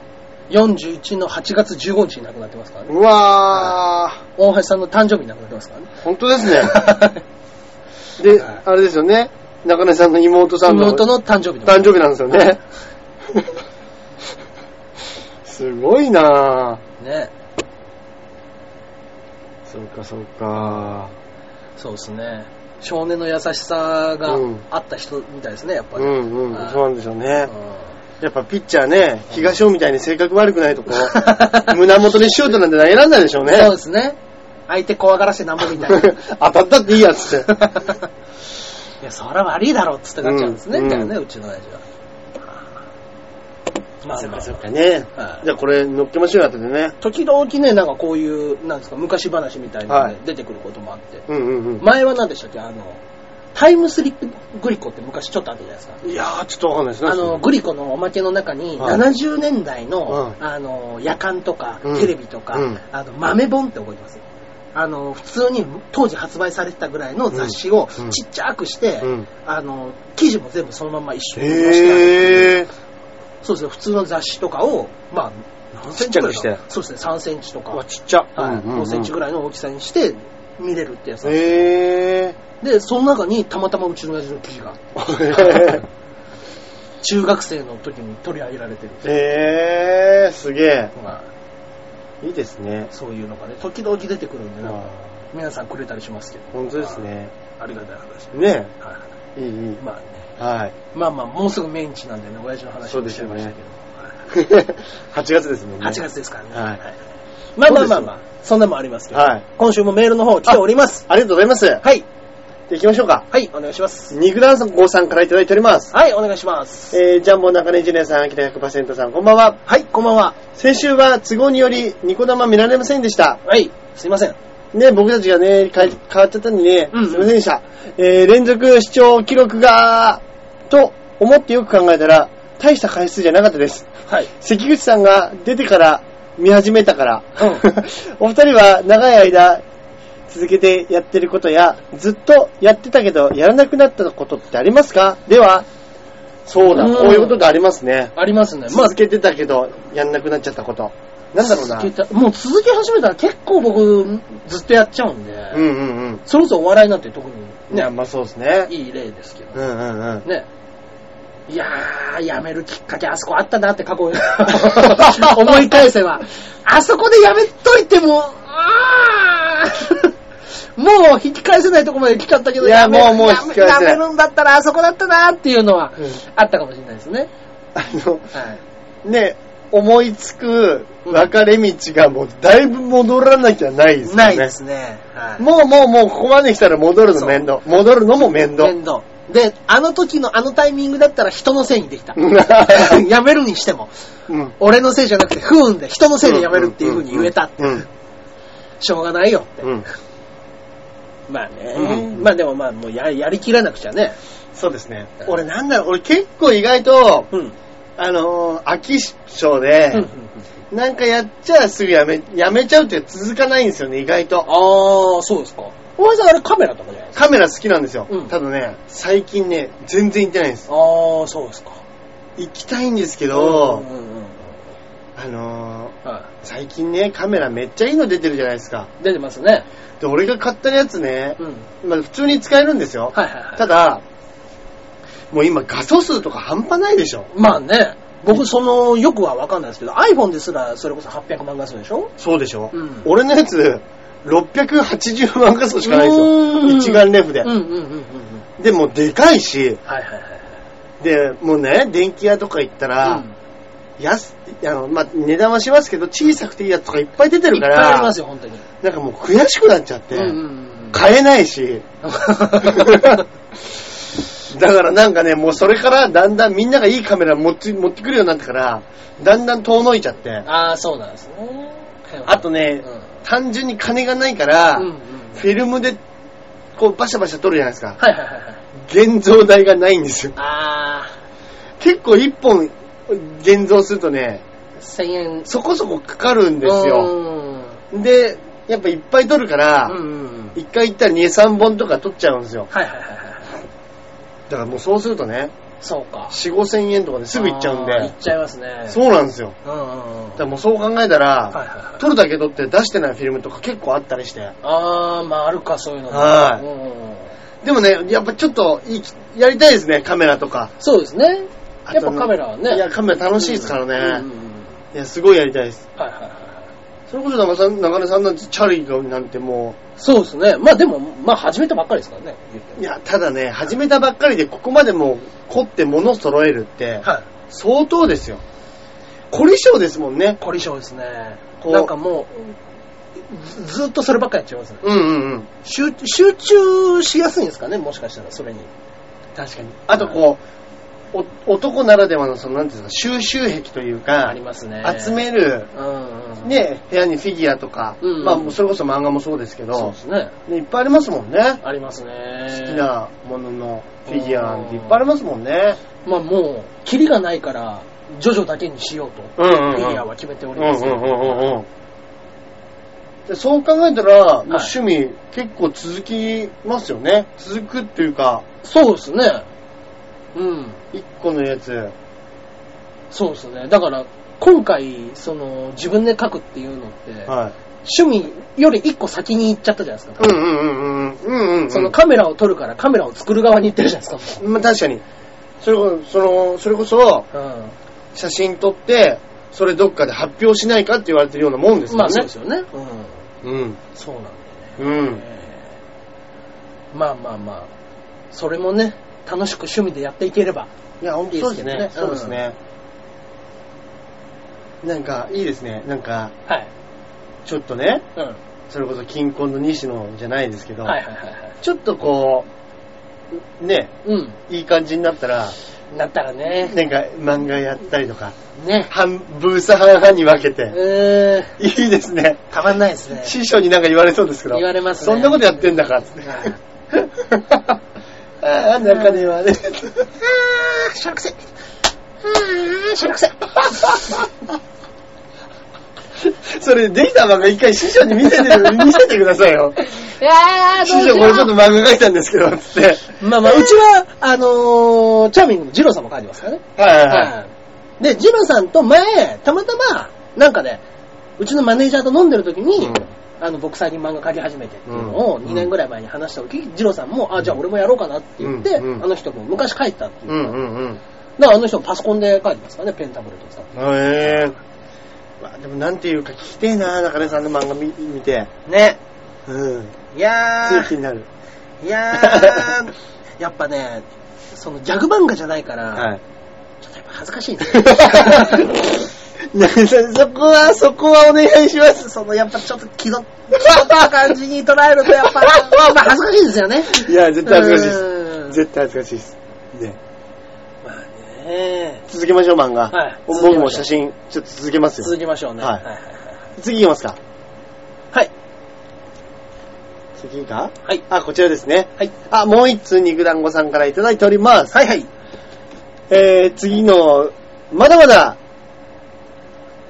Speaker 1: 41の8月15日に亡くなってますからね。
Speaker 2: うわあ、
Speaker 1: 大橋さんの誕生日に亡くなってますからね。
Speaker 2: ほんとですね。 で、
Speaker 1: はい
Speaker 2: あれですよね。中根さんの妹さんの
Speaker 1: 妹の誕生日の。
Speaker 2: 誕生日なんですよ ね。すごいなぁ。
Speaker 1: ね。
Speaker 2: そうかそうか。
Speaker 1: そうですね。少年の優しさが
Speaker 2: うん
Speaker 1: あった人みたいですね、やっぱ
Speaker 2: う
Speaker 1: り。
Speaker 2: んうん、
Speaker 1: はい
Speaker 2: そうなんでしょうね。
Speaker 1: うん
Speaker 2: やっぱピッチャーね、東尾みたいに性格悪くないと こう、胸元にシュートなんて投げられないでしょうね。
Speaker 1: そうですね。相手怖がらせてなんぼみたい な。い
Speaker 2: 当たったっていいや つって。
Speaker 1: や、そら悪 いだろっつってなっちゃうんですね。
Speaker 2: うん
Speaker 1: みたいなね、うちの親父は。まあまあ、
Speaker 2: ね。
Speaker 1: はい
Speaker 2: じゃあこれ乗っけましょうよ、後でね。
Speaker 1: 時々ね、なんかこういう、なんですか、昔話みたいなのがね、
Speaker 2: は
Speaker 1: 出てくることもあって。
Speaker 2: うんうんうん。
Speaker 1: 前は何でしたっけあの、タイムスリップグリコって昔ちょっとあったじゃないですか。
Speaker 2: いやー、ちょっとわかんないですね。
Speaker 1: あの、グリコのおまけの中に、
Speaker 2: はい
Speaker 1: 70年代の、
Speaker 2: う
Speaker 1: あの、夜間とか、
Speaker 2: うん
Speaker 1: テレビとか、
Speaker 2: うん
Speaker 1: あの、豆本って覚えてますあの、普通に当時発売されてたぐらいの雑誌を
Speaker 2: うん
Speaker 1: ちっちゃくして、
Speaker 2: うん
Speaker 1: あの、記事も全部そのまんま一緒に出してある
Speaker 2: へえー。
Speaker 1: そうですね、普通の雑誌とかを、まあ、何センチぐらい
Speaker 2: ちっちゃくして
Speaker 1: そうですね、3センチとか、
Speaker 2: うわ
Speaker 1: は
Speaker 2: ちっちゃ。
Speaker 1: い5センチぐ
Speaker 2: ら
Speaker 1: らいの大きさにして見れるってやつなんですよ
Speaker 2: へえ
Speaker 1: で、その中にたまたまうちの親父の記事が、
Speaker 2: ー。
Speaker 1: 中学生の時に取り上げられてる。
Speaker 2: へえー、すげえ。
Speaker 1: まあ
Speaker 2: いいですね。
Speaker 1: そういうのがね、時々出てくるんで、なんか、皆さんくれたりしますけど。
Speaker 2: 本当ですね。
Speaker 1: ありがたい話。
Speaker 2: ね
Speaker 1: はい
Speaker 2: え。いい、いい。
Speaker 1: まあね。
Speaker 2: はい。
Speaker 1: まあまあ、もうすぐ命日なんでね、親父の話をしちゃいましたけど。
Speaker 2: 8月ですもんね。
Speaker 1: はい8月ですからね。
Speaker 2: は
Speaker 1: い
Speaker 2: い
Speaker 1: まあまあまあまあ、そんなもんありますけど。
Speaker 2: はい。
Speaker 1: 今週もメールの方来ております。
Speaker 2: ありがとうございます。は
Speaker 1: はい。
Speaker 2: い。行きましょうか。
Speaker 1: はい、お願いします。
Speaker 2: 肉団さん、ごさんからいただいております。
Speaker 1: はい、お願いします。
Speaker 2: えー、ジャンボ中根ジュニアさん、アキラ100%さん、こんばんは。
Speaker 1: はい、こんばんは。
Speaker 2: 先週は都合により、ニコ生見られませんでした。
Speaker 1: はい、すいません。
Speaker 2: ね、僕たちがね、変え変わっちゃったんでね、
Speaker 1: うんうん
Speaker 2: すいませんでした。えー、連続視聴記録が、と思ってよく考えたら、大した回数じゃなかったです。
Speaker 1: はい。
Speaker 2: 関口さんが出てから見始めたから、
Speaker 1: うん
Speaker 2: お二人は長い間続けてやってることや、ずっとやってたけどやらなくなったことってありますかでは、そうだ、
Speaker 1: うん
Speaker 2: こういうことがありますね。
Speaker 1: ありますね。まあ
Speaker 2: 続、けてたけどやんなくなっちゃったこと。なんだろうな。
Speaker 1: 続けたもう続け始めたら結構僕、ずっとやっちゃうんで、
Speaker 2: うんうんうん。
Speaker 1: それこそお笑いなんて特に
Speaker 2: いや、
Speaker 1: ね、
Speaker 2: まあそうですね。
Speaker 1: いい例ですけど
Speaker 2: う。んうんうん。
Speaker 1: ね。いやー、やめるきっかけ、あそこあったなって 過去、思い返せば。あそこでやめといても、あーもう引き返せないとこまで来ちゃったけど、
Speaker 2: いや
Speaker 1: める
Speaker 2: もうもう引き返せない
Speaker 1: やめるんだったらあそこだったなっていうのは
Speaker 2: うん、
Speaker 1: あったかもしれないですね。
Speaker 2: あの、
Speaker 1: はい。
Speaker 2: ね、思いつく分かれ道がもうだいぶ戻らなきゃないですよね。
Speaker 1: ないですね。はい。
Speaker 2: もうもうもうここまで来たら戻る
Speaker 1: そ
Speaker 2: の
Speaker 1: う
Speaker 2: 面倒。戻るのも面倒。。
Speaker 1: 面倒。で、あの時のあのタイミングだったら人のせいにできた
Speaker 2: う
Speaker 1: やめるにしても、
Speaker 2: ん
Speaker 1: 俺のせいじゃなくて不運で人のせいでやめるっていう風に言えたって
Speaker 2: う、ん
Speaker 1: しょうがないよって。
Speaker 2: うん。
Speaker 1: まあね、
Speaker 2: うん
Speaker 1: まあでもまあもうややりきらなくちゃね。
Speaker 2: そうですね
Speaker 1: うん
Speaker 2: 俺なんだろう、俺結構意外と、
Speaker 1: うん。
Speaker 2: あのー、飽き性
Speaker 1: うんうん
Speaker 2: で、なんかやっちゃすぐやめ、やめちゃうって続かないんですよね、意外と。
Speaker 1: ああ、そうですか。お前さんあれカメラとかじゃないですか。
Speaker 2: カメラ好きなんですよ
Speaker 1: うん。
Speaker 2: ただね、最近ね、全然行ってないんです。
Speaker 1: ああ、そうですか。
Speaker 2: 行きたいんですけど
Speaker 1: うん、うんうんうん
Speaker 2: あのー、
Speaker 1: は
Speaker 2: 最近ね、カメラめっちゃいいの出てるじゃないですか。
Speaker 1: い。出てますね。
Speaker 2: で、俺が買ったやつね
Speaker 1: う、ん。
Speaker 2: まあ普通に使えるんですよ。
Speaker 1: はいはいはい。
Speaker 2: ただ、もう今画素数とか半端ないでしょ。
Speaker 1: まあね、僕その、よくはわかんないですけど、iPhone ですらそれこそ800万画素でしょ
Speaker 2: そうでしょ、
Speaker 1: うん
Speaker 2: 俺のやつ、680万画素しかないん
Speaker 1: う
Speaker 2: で
Speaker 1: ん
Speaker 2: すよ。一眼レフで。
Speaker 1: うんうんうんうんうん。
Speaker 2: で、もうでかいし、
Speaker 1: はいはいはいはい。
Speaker 2: で、もうね、電気屋とか行ったら、
Speaker 1: うん
Speaker 2: 安、あの、まあ、値段はしますけど、小さくていいやつとかいっぱい出て
Speaker 1: い
Speaker 2: る
Speaker 1: っ
Speaker 2: か
Speaker 1: ぱいあり
Speaker 2: ら
Speaker 1: ま、すよ、本当に。
Speaker 2: なんかもう悔しくなっちゃって、
Speaker 1: うん う んうん
Speaker 2: 買えないし、だからなんかね、もうそれからだんだんみんながいいカメラ持って持ってくるようになってから、だんだん遠のいちゃって、
Speaker 1: ああ、そうなんですね。はいはい
Speaker 2: あとね単純に金がないから、
Speaker 1: うんうんうん
Speaker 2: フィルムでこうバシャバシャ撮るじゃないですか。
Speaker 1: はいはいはいはい。
Speaker 2: 現像代がないんですよ。
Speaker 1: あ
Speaker 2: 結構一本現像するとね、
Speaker 1: あ、1000円。
Speaker 2: そこそこかかるんですよ。
Speaker 1: よ。
Speaker 2: で、やっぱいっぱい撮るか
Speaker 1: う
Speaker 2: ら、
Speaker 1: んうんうん。
Speaker 2: 一回行ったら2、3本とか撮っちゃうんですよ。
Speaker 1: はいはいはいはい。
Speaker 2: だからもうそうするとね、
Speaker 1: そうか。
Speaker 2: 4、5千円とかですぐ行っちゃうん
Speaker 1: あー行
Speaker 2: で
Speaker 1: っ、ちゃいますね。う。
Speaker 2: そうなんですよ。
Speaker 1: うんうんうん。
Speaker 2: だからもうそう考えた
Speaker 1: はい
Speaker 2: ら、
Speaker 1: はいはい。
Speaker 2: 撮るだけ撮って出してないフィルムとか結構あったりして。
Speaker 1: ああ、まああるか、そういうのも
Speaker 2: はい
Speaker 1: うんうんうん
Speaker 2: でもね、やっぱちょっといいやりたいですね、カメラとか。
Speaker 1: そうですね。
Speaker 2: あ
Speaker 1: や
Speaker 2: と
Speaker 1: っぱカメラはね。
Speaker 2: いや、カメラ楽しいですから
Speaker 1: うんう
Speaker 2: ね。
Speaker 1: んうん
Speaker 2: いや、すごいやりたいです。
Speaker 1: はいはいはいはい。
Speaker 2: それこそ中さん中根さんなんてチャリなんても
Speaker 1: そうですね。まあでも、まあ始めたばっかりですからね。言うて
Speaker 2: う、いや、ただね、始めたばっかりでここまでもう凝って物を揃えるって、
Speaker 1: はい。
Speaker 2: 相当ですよ。凝り性ですもんね。
Speaker 1: 凝り性ですね。
Speaker 2: こう
Speaker 1: なんかもう、ずずっとそればっかりやっちゃいますね。
Speaker 2: うんうんうん。
Speaker 1: 集集中しやすいんですかね、もしかしたら、それに。確かに。
Speaker 2: あとこう、お男ならではのその、なんていうんですか、収集癖という
Speaker 1: うん、あ
Speaker 2: か
Speaker 1: り、ますね。
Speaker 2: 集。める、
Speaker 1: うん、うん。。
Speaker 2: ね、部屋にフィギュアとか、
Speaker 1: うんうん
Speaker 2: まあもうそれこそ漫画もそうですけ
Speaker 1: そう
Speaker 2: ど
Speaker 1: で、すね。
Speaker 2: ねいっぱいありますもんね。
Speaker 1: ありますね。
Speaker 2: 好き。なもののフィギュアなんていっぱいありますもんね。
Speaker 1: まあもう、キリがないから、ジョジョだけにしようと、
Speaker 2: うんうんうん
Speaker 1: フィギュアは決めてお
Speaker 2: う
Speaker 1: ります。
Speaker 2: んうん。でそう考えたら、もう
Speaker 1: はい
Speaker 2: 趣味結構続きますよね。続くっていうか、
Speaker 1: そうですね。うん。
Speaker 2: 一個のやつ。
Speaker 1: そうですね。だから、今回、その、自分で書くっていうのって、
Speaker 2: はい。
Speaker 1: 趣味より一個先に行っちゃったじゃないですか。
Speaker 2: うんうんうんうん。うんうん、うん。
Speaker 1: そのカメラを撮るからカメラを作る側に行ってるじゃないです
Speaker 2: まあ、確かに。それこそ、その、それこそ、
Speaker 1: か。うん。
Speaker 2: 写真撮って、それどっかで発表しないかって言われてるようなもんです
Speaker 1: ま
Speaker 2: よ
Speaker 1: あそう
Speaker 2: ね
Speaker 1: で。すよね。うん。
Speaker 2: うん。
Speaker 1: そうなんだよ
Speaker 2: うん。
Speaker 1: ね。まあまあまあ、それもね、楽しく趣味でやっていければ。
Speaker 2: いや、本当そうです
Speaker 1: いいで
Speaker 2: ね。
Speaker 1: すけ
Speaker 2: そ
Speaker 1: ど
Speaker 2: う
Speaker 1: ね
Speaker 2: ですね。なんか、いいですね。なんか、
Speaker 1: はい。
Speaker 2: ちょっとね、
Speaker 1: うん。は
Speaker 2: それこそ近婚の西野じゃないですけ
Speaker 1: い
Speaker 2: ど、
Speaker 1: はいはいはい。
Speaker 2: ちょっとこう、ね、
Speaker 1: う
Speaker 2: いい感じになっ たら、
Speaker 1: ん。なったらね、
Speaker 2: なんか漫画やったりとか、
Speaker 1: ね。
Speaker 2: 半、ブース半々に分けて、
Speaker 1: えー、
Speaker 2: いいですね。
Speaker 1: たまんないですね。
Speaker 2: 師匠になんか言われそうですけど。
Speaker 1: 言われますね
Speaker 2: そんなことやってんだからっつって。
Speaker 1: はい
Speaker 2: ああ、中根はね。
Speaker 1: あー、しゃらくせ。あー、しゃらくせ。
Speaker 2: それ、できた漫画一回師匠に見せて る、見せてくださいよ。
Speaker 1: あー、
Speaker 2: 師匠、これちょっと漫画描いたんですけど、つって。
Speaker 1: まあまあ、うちは、あのー、チャーミング、ジローさんも書いてますからね。
Speaker 2: はいはいはい。
Speaker 1: はい。で、ジローさんと前、たまたま、なんかね、うちのマネージャーと飲んでる時に、
Speaker 2: うん
Speaker 1: あの、僕最近漫画描き始めてっていうのを
Speaker 2: うん
Speaker 1: 2年ぐらい前に話した時、ジローさんも、あ、じゃあ俺もやろうかなって言って、
Speaker 2: うんうん
Speaker 1: あの人も昔書いてたっていうう。
Speaker 2: んうんうん。
Speaker 1: だからあの人もパソコンで書いてますからね、ペンタブレットでさ。
Speaker 2: へえ。まあでもなんていうか聞きてえな、中根さんの漫画見見て。
Speaker 1: ね。
Speaker 2: うん。
Speaker 1: いや
Speaker 2: 強気になる。
Speaker 1: いや ー、やっぱね、そのギャグ漫画じゃないから、
Speaker 2: はい。
Speaker 1: ちょっとやっぱ恥ずかし いんですよ。
Speaker 2: 中根さ ん、そこは、そこはお願いします。
Speaker 1: そのやっぱちょっと気の、気のった感じに捉えるとやっぱ、 まあ恥ずかしいですよね。
Speaker 2: いや、絶対恥ずかしいです。
Speaker 1: です。
Speaker 2: 絶対恥ずかしいです。ね。
Speaker 1: まあね、
Speaker 2: 続けましょう、漫画。
Speaker 1: はい
Speaker 2: 僕も写真、ちょっと続けます
Speaker 1: 続
Speaker 2: よ。
Speaker 1: きましょうね。
Speaker 2: はい
Speaker 1: はい
Speaker 2: 次いきますか。
Speaker 1: はい。
Speaker 2: 次か
Speaker 1: はい。
Speaker 2: あ、こちらですね。
Speaker 1: はい。
Speaker 2: あ、もう一通肉団子さんからいただいております。
Speaker 1: はいはい。
Speaker 2: えー、次の、まだまだ、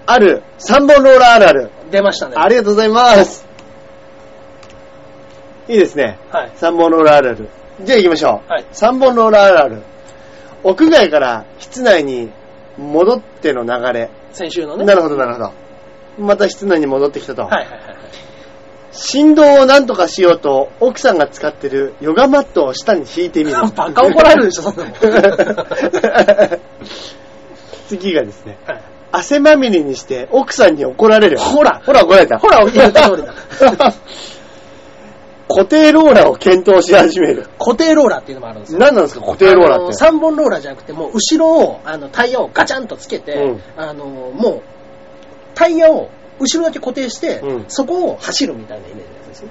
Speaker 2: ある、三本ローラーあるある。
Speaker 1: 出ましたね。
Speaker 2: ありがとうございます。いいですね。
Speaker 1: はい。
Speaker 2: 三本ローラーあるある。じゃあ行きましょう。
Speaker 1: はい
Speaker 2: 三本ローラーあるある。屋外から室内に戻っての流れ。
Speaker 1: 先週のね。
Speaker 2: なるほど、なるほど。また室内に戻ってきたと。
Speaker 1: はいはいはいはい。。
Speaker 2: 振動を何とかしようと、奥さんが使ってるヨガマットを下に引い てみる
Speaker 1: バカ怒られるでしょ、そん なもん。
Speaker 2: 次がですね、
Speaker 1: はい
Speaker 2: 汗まみれにして奥さんに怒られる。ほら、ほら怒られた。。
Speaker 1: ほら言った通りだ
Speaker 2: 固定ローラーを検討し始める。
Speaker 1: 固定ローラーっていうのもあるんですよ。
Speaker 2: 何なんですか、固定ローラーって。
Speaker 1: 3本ローラーじゃなくて、もう後ろを、あの、タイヤをガチャンとつけて、
Speaker 2: うん
Speaker 1: あの、もう、タイヤを後ろだけ固定して、
Speaker 2: うん
Speaker 1: そこを走るみたいなイメージなんですね。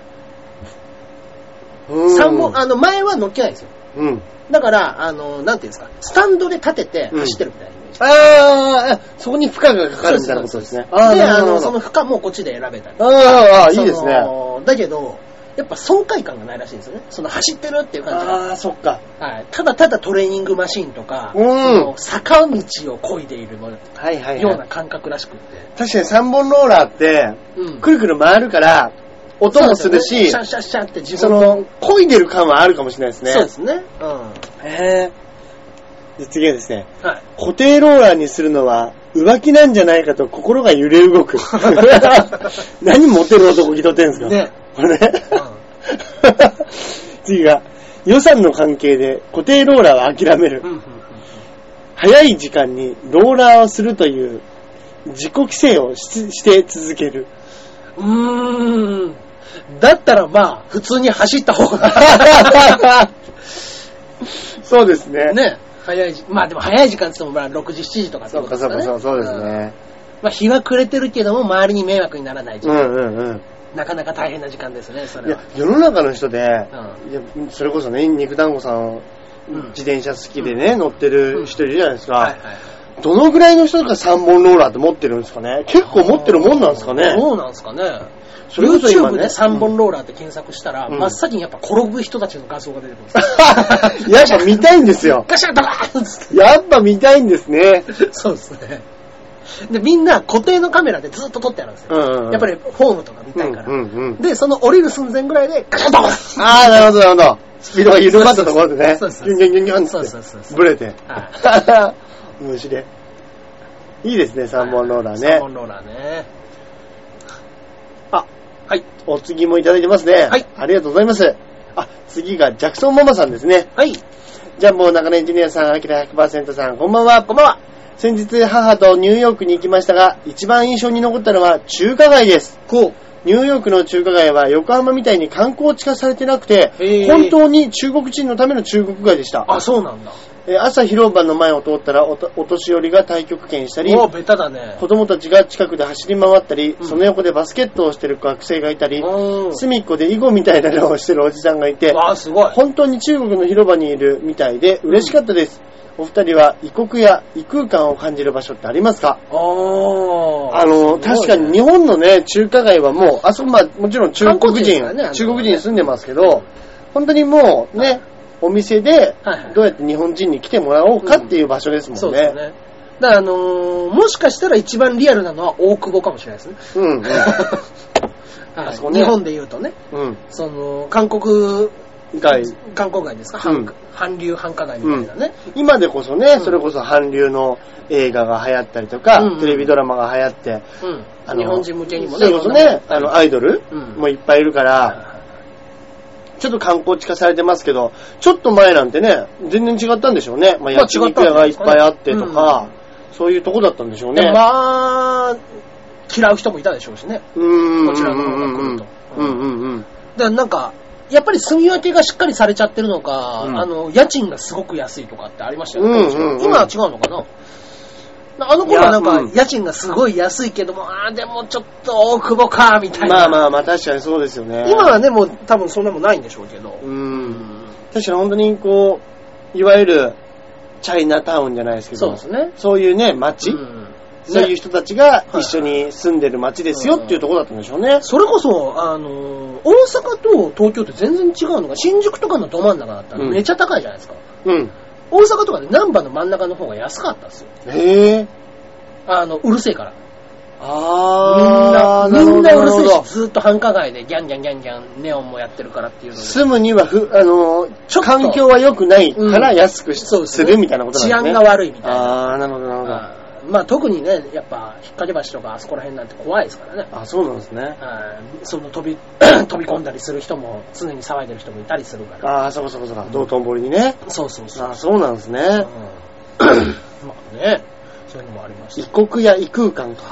Speaker 2: うん
Speaker 1: 3本、あの、前は乗っけないんですよ。
Speaker 2: うん。
Speaker 1: だから、あの、なんていうんですか、スタンドで立てて走ってるみたいなイメージ。
Speaker 2: あー、そこに負荷がかかるみたいなことですね。あー、
Speaker 1: で、
Speaker 2: な
Speaker 1: あ
Speaker 2: るほ
Speaker 1: の、
Speaker 2: ど
Speaker 1: そ
Speaker 2: な
Speaker 1: の
Speaker 2: る
Speaker 1: 負荷もこっちで選べたり。
Speaker 2: ほど。あーあー、いいですね。
Speaker 1: そのだけど、やっぱ爽快感がないらしいんですよね。その走ってるっていう感じが
Speaker 2: あー、そっか。
Speaker 1: はい、ただただトレーニングマシンとか、
Speaker 2: うん
Speaker 1: その坂道を漕いでいるのよ
Speaker 2: はいはい、はいう
Speaker 1: な感覚らしくって。
Speaker 2: 確かに3本ローラーって、
Speaker 1: うん
Speaker 2: くるくる回るから、音もするし、
Speaker 1: そうですよねシャンシャンシャンって自
Speaker 2: そ
Speaker 1: 分の、
Speaker 2: の、漕いでる感はあるかもしれないですね。
Speaker 1: そうですね。うん。は
Speaker 2: へー。で次はですね、
Speaker 1: い。
Speaker 2: 固定ローラーにするのは浮気なんじゃないかと心が揺れ 動く。何モテる男気取ってんすか
Speaker 1: ね。
Speaker 2: これね
Speaker 1: うん
Speaker 2: 次が、予算の関係で固定ローラーは諦める
Speaker 1: う。んうんうん
Speaker 2: 早い時間にローラーをするという自己規制をしして続ける。
Speaker 1: うん。うーん。だったらまあ、普通に走った方が。
Speaker 2: そうですね。
Speaker 1: ね。早いじ、まあでも早い時間って言ってもまあ6時、7時とかって
Speaker 2: そ
Speaker 1: こ
Speaker 2: う
Speaker 1: と
Speaker 2: かそうかそうそうです
Speaker 1: ん
Speaker 2: ね。
Speaker 1: まあ日は暮れてるけども周りに迷惑にならない時
Speaker 2: うん
Speaker 1: 間。
Speaker 2: うんうん。
Speaker 1: なかなか大変な時間ですね、そ
Speaker 2: い
Speaker 1: れ
Speaker 2: や
Speaker 1: は。、
Speaker 2: 世の中の人で、いや
Speaker 1: う
Speaker 2: それこそね、肉団子さん、
Speaker 1: うん
Speaker 2: 自転車好きでね、乗ってる人いるじゃないですか。
Speaker 1: はいはい。
Speaker 2: どのぐらいの人が3本ローラーって持ってるんですかね結構持ってるもんなんですかね
Speaker 1: そうなんですかね。
Speaker 2: それこそ今
Speaker 1: YouTube
Speaker 2: ね
Speaker 1: で3本ローラーって検索したら、
Speaker 2: うん
Speaker 1: 真っ先にやっぱ転ぶ人たちの画像が出てくるんですよ
Speaker 2: やっぱ見たいんですよ。
Speaker 1: ガシャンドカーンっつっ
Speaker 2: やっぱ見たいんですね。
Speaker 1: て。そうですね。で、みんな固定のカメラでずっと撮ってあるんですよ。
Speaker 2: うんうん
Speaker 1: やっぱりフォームとか見たいから。
Speaker 2: うんうんうん
Speaker 1: で、その降りる寸前ぐらいで、ガシャンドカーン
Speaker 2: ああ、なるほど、なるほど。スピードが緩まったところでね。
Speaker 1: そうそう
Speaker 2: ギ
Speaker 1: そう
Speaker 2: ュンギュンギュンギュンっ
Speaker 1: そうそう
Speaker 2: つ
Speaker 1: そう
Speaker 2: っ
Speaker 1: そ
Speaker 2: て。
Speaker 1: う
Speaker 2: ブレて。
Speaker 1: は
Speaker 2: 面白い。いいですね、3本ローラーね
Speaker 1: 3。本ローラーね。
Speaker 2: あ、
Speaker 1: はい。
Speaker 2: お次もいただいてますね。
Speaker 1: はい。
Speaker 2: ありがとうございます。あ、次がジャクソンママさんですね。
Speaker 1: はい。
Speaker 2: ジャンボ中根エンジニアさん、アキラ100%さん、こんばんは。こんばんは。先日、母とニューヨークに行きましたが、一番印象に残ったのは中華街です。
Speaker 1: こ
Speaker 2: ニューヨークの中華街は横浜みたいに観光地化されてなくて
Speaker 1: へ、ー
Speaker 2: 本当に中国人のための中国街でした。
Speaker 1: あ、そうなんだ。
Speaker 2: えー朝広場の前を通ったらおとお年寄りが太極拳したり、
Speaker 1: もうベタだね。
Speaker 2: 子供たちが近くで走り回ったり、
Speaker 1: うん
Speaker 2: その横でバスケットをしてる学生がいたり、
Speaker 1: うん。
Speaker 2: 隅っこで囲碁みたいなのをしてるおじさんがいて、
Speaker 1: わあ、すごい。
Speaker 2: 本当に中国の広場にいるみたいで嬉しかったです。お二人は異国や異空間を感じる場所ってありますか
Speaker 1: あ
Speaker 2: あの、確かに日本のね、中華街はもう、あそこまあ、もちろん中
Speaker 1: 観
Speaker 2: 国
Speaker 1: 光地です
Speaker 2: 人
Speaker 1: からねあ、の
Speaker 2: 中国人住んでますけど、本当にもうね、お店で
Speaker 1: はいはい
Speaker 2: どうやって日本人に来てもらおうかっていう場所ですも
Speaker 1: そ
Speaker 2: ん
Speaker 1: うです
Speaker 2: ね。
Speaker 1: ね。だから、あのーもしかしたら一番リアルなのは大久保かもしれないですね。
Speaker 2: うんうん。
Speaker 1: はい
Speaker 2: あそこね
Speaker 1: 日本で言うとね、
Speaker 2: うん。
Speaker 1: その、韓国、
Speaker 2: 街
Speaker 1: 韓国街ですか、
Speaker 2: うん
Speaker 1: 韓韓流繁華街みたいなね。
Speaker 2: 今でこそね、
Speaker 1: うん
Speaker 2: それこそ韓流の映画が流行ったりとか、
Speaker 1: うんうん
Speaker 2: テレビドラマが流行って、
Speaker 1: うん。
Speaker 2: あの
Speaker 1: 日本人向けにも
Speaker 2: それこそね、あの、アイドル
Speaker 1: うん
Speaker 2: もいっぱいいるから、ちょっと観光地化されてますけど、ちょっと前なんてね、全然違ったんでしょうね。
Speaker 1: ま
Speaker 2: まあ、
Speaker 1: あ
Speaker 2: 焼肉屋がいっぱいあってと
Speaker 1: 違ったんじゃな
Speaker 2: か、そういうとこだったんでしょう
Speaker 1: で
Speaker 2: ね。
Speaker 1: まあ、嫌う人もいたでしょうしね。
Speaker 2: うーん。
Speaker 1: こちらの方が来ると
Speaker 2: うんうんうん。
Speaker 1: だからなんか、やっぱり住み分けがしっかりされちゃってるのか、
Speaker 2: うん
Speaker 1: あの、家賃がすごく安いとかってありましたよね。
Speaker 2: うんうんうん
Speaker 1: 今は違うのかなあの頃はなん
Speaker 2: いや
Speaker 1: か
Speaker 2: うん、
Speaker 1: 家賃がすごい安いけども、ああ、でもちょっと大久保か、みたいな。
Speaker 2: まあまあまあ、確かにそうですよね。
Speaker 1: 今はね、もう多分そんなもんないんでしょうけど。
Speaker 2: う。
Speaker 1: うん
Speaker 2: 確かに本当にこう、いわゆる、チャイナタウンじゃないですけど、
Speaker 1: そうですね。
Speaker 2: そういうね、街、
Speaker 1: うん
Speaker 2: そういう
Speaker 1: ね
Speaker 2: 人たちが一緒に住んでる街ですよっていうところだったんでしょうね。
Speaker 1: それこそ、あのー大阪と東京って全然違うのが、新宿とかのど真ん中だったら
Speaker 2: うん
Speaker 1: めっちゃ高いじゃないですか。
Speaker 2: うん。
Speaker 1: 大阪とかで南波の真ん中の方が安かったんですよ。
Speaker 2: へえ。
Speaker 1: あの、うるせえから。
Speaker 2: あー、
Speaker 1: みんな、みんなう
Speaker 2: な
Speaker 1: るせえ
Speaker 2: ほどなるほ
Speaker 1: し、
Speaker 2: ど
Speaker 1: ずーっと繁華街でギャンギャンギャンギャン、ネオンもやってるからっていうので。
Speaker 2: 住むにはふ、あのー
Speaker 1: ちょっと
Speaker 2: 環境は良くないから
Speaker 1: うん
Speaker 2: 安くし、
Speaker 1: そうです
Speaker 2: す
Speaker 1: ね
Speaker 2: るみたいなことなんですね。
Speaker 1: 治安が悪いみたい
Speaker 2: あー、なるほど、なるほど。あ
Speaker 1: あーまあ特にね、やっぱ、引っ掛け橋とかあそこら辺なんて怖いですからね。
Speaker 2: そうなんですね。
Speaker 1: あーその飛び、 飛び込んだりする人も、常に騒いでる人もいたりするから。
Speaker 2: あー、そこそこそこ、道頓堀にね。
Speaker 1: そうそうそう。
Speaker 2: あー、そうなんです
Speaker 1: うん
Speaker 2: ね。
Speaker 1: まあね、そういうのもありまし
Speaker 2: 異
Speaker 1: た。
Speaker 2: 国や異空間か。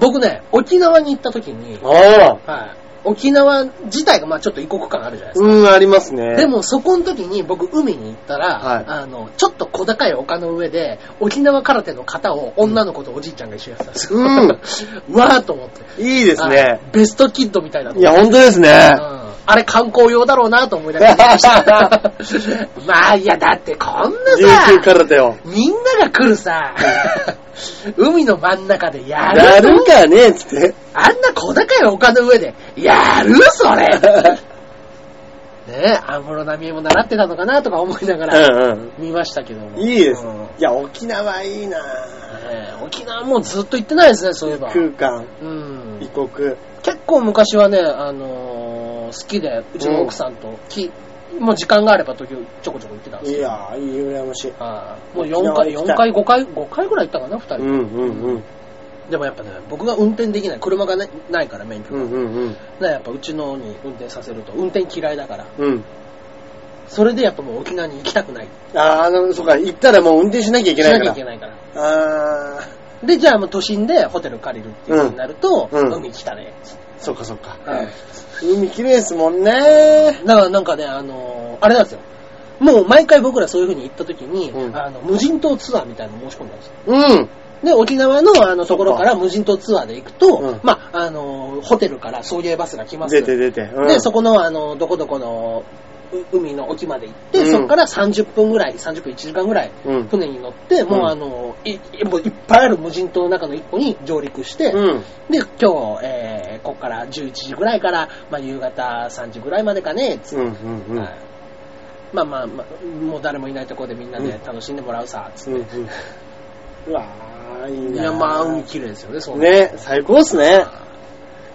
Speaker 1: 僕ね、沖縄に行った時に、
Speaker 2: あー。
Speaker 1: はい、沖縄自体がまあちょっと異国感あるじゃないですか。
Speaker 2: うん、ありますね。
Speaker 1: で、もそこの時に僕海に行ったら、
Speaker 2: はい
Speaker 1: あの、ちょっと小高い丘の上で沖縄空手の型を女の子とおじいちゃんが一緒にやってたんですよ。
Speaker 2: う ん
Speaker 1: わーと思って。
Speaker 2: いいです
Speaker 1: あ
Speaker 2: ね。。
Speaker 1: ベストキッドみたいなと
Speaker 2: い
Speaker 1: 思って
Speaker 2: や、本当です
Speaker 1: う
Speaker 2: ね。
Speaker 1: んあれ観光用だろうなと思い ながら見てました。まあいや、だってこんな
Speaker 2: 琉球
Speaker 1: さ、
Speaker 2: 空手を。
Speaker 1: みんなが来るさ、 海の真ん中でやる
Speaker 2: やるかねつって。
Speaker 1: あんな小高い丘の上で、やる それねえ、安室奈美恵も習ってたのかなとか思いなが
Speaker 2: う
Speaker 1: ら
Speaker 2: ん
Speaker 1: 見ましたけども。
Speaker 2: うん。いいです
Speaker 1: うんね。
Speaker 2: いや、沖縄いいな
Speaker 1: え沖縄もうずっと行ってないですね、そういえば。
Speaker 2: 空間、
Speaker 1: うん
Speaker 2: 異国。
Speaker 1: 結構昔はね、あのー好きで、うちの奥さんと、きもう時間があれば時々ちょこちょこ行ってたんです
Speaker 2: い
Speaker 1: けど。
Speaker 2: やー、いい、羨ましい。
Speaker 1: ああもう4回、
Speaker 2: 沖
Speaker 1: 4
Speaker 2: 縄
Speaker 1: 回、5回、5回ぐらい行ったかな、2人。
Speaker 2: うんうんうん。
Speaker 1: でもやっぱね、僕が運転できない、車がねないから、免許
Speaker 2: う
Speaker 1: が。
Speaker 2: んうんうん。
Speaker 1: ね、やっぱうちのに運転させると、運転嫌いだから。
Speaker 2: うん。
Speaker 1: それでやっぱもう沖縄に行きたくない。
Speaker 2: あー、あの、そうか、行ったらもう運転しなきゃいけない
Speaker 1: しなきゃ
Speaker 2: か
Speaker 1: いけないから。
Speaker 2: ら。あ
Speaker 1: で、じゃあもう都心でホテル借りるっていう風になると、
Speaker 2: うんうん
Speaker 1: 海来たね。
Speaker 2: ー、そうかそうか。
Speaker 1: はい
Speaker 2: 海綺麗ですもんね。
Speaker 1: だからなんかね、あのーあれなんですよ。もう毎回僕らそういう風に行った時に、
Speaker 2: うん
Speaker 1: あの、無人島ツアーみたいなの申し込んだんですよ。
Speaker 2: うん。
Speaker 1: で、沖縄のあのところから無人島ツアーで行くと、
Speaker 2: うん
Speaker 1: まあ、あのーホテルから送迎バスが来ます。
Speaker 2: 出て出て。うん
Speaker 1: で、そこの、あの、どこどこの、う海の沖まで行って、
Speaker 2: うん
Speaker 1: そこから30分ぐらい、30分1時間ぐらい、
Speaker 2: うん
Speaker 1: 船に乗って、もうあの、いいもういっぱいある無人島の中の一個に上陸して、
Speaker 2: うん。
Speaker 1: で、今日、えー、ここから11時ぐらいから、まあ、夕方3時ぐらいまでかね、つっ
Speaker 2: うんうん
Speaker 1: て、
Speaker 2: うん。
Speaker 1: はいまあまあ、まあ、もう誰もいないところでみんなで楽しんでもらうさ、つっ
Speaker 2: うんうん。うわー、いい
Speaker 1: て。い
Speaker 2: な
Speaker 1: や、まあ、海綺麗ですよね、そうね。
Speaker 2: ね、最高っすね。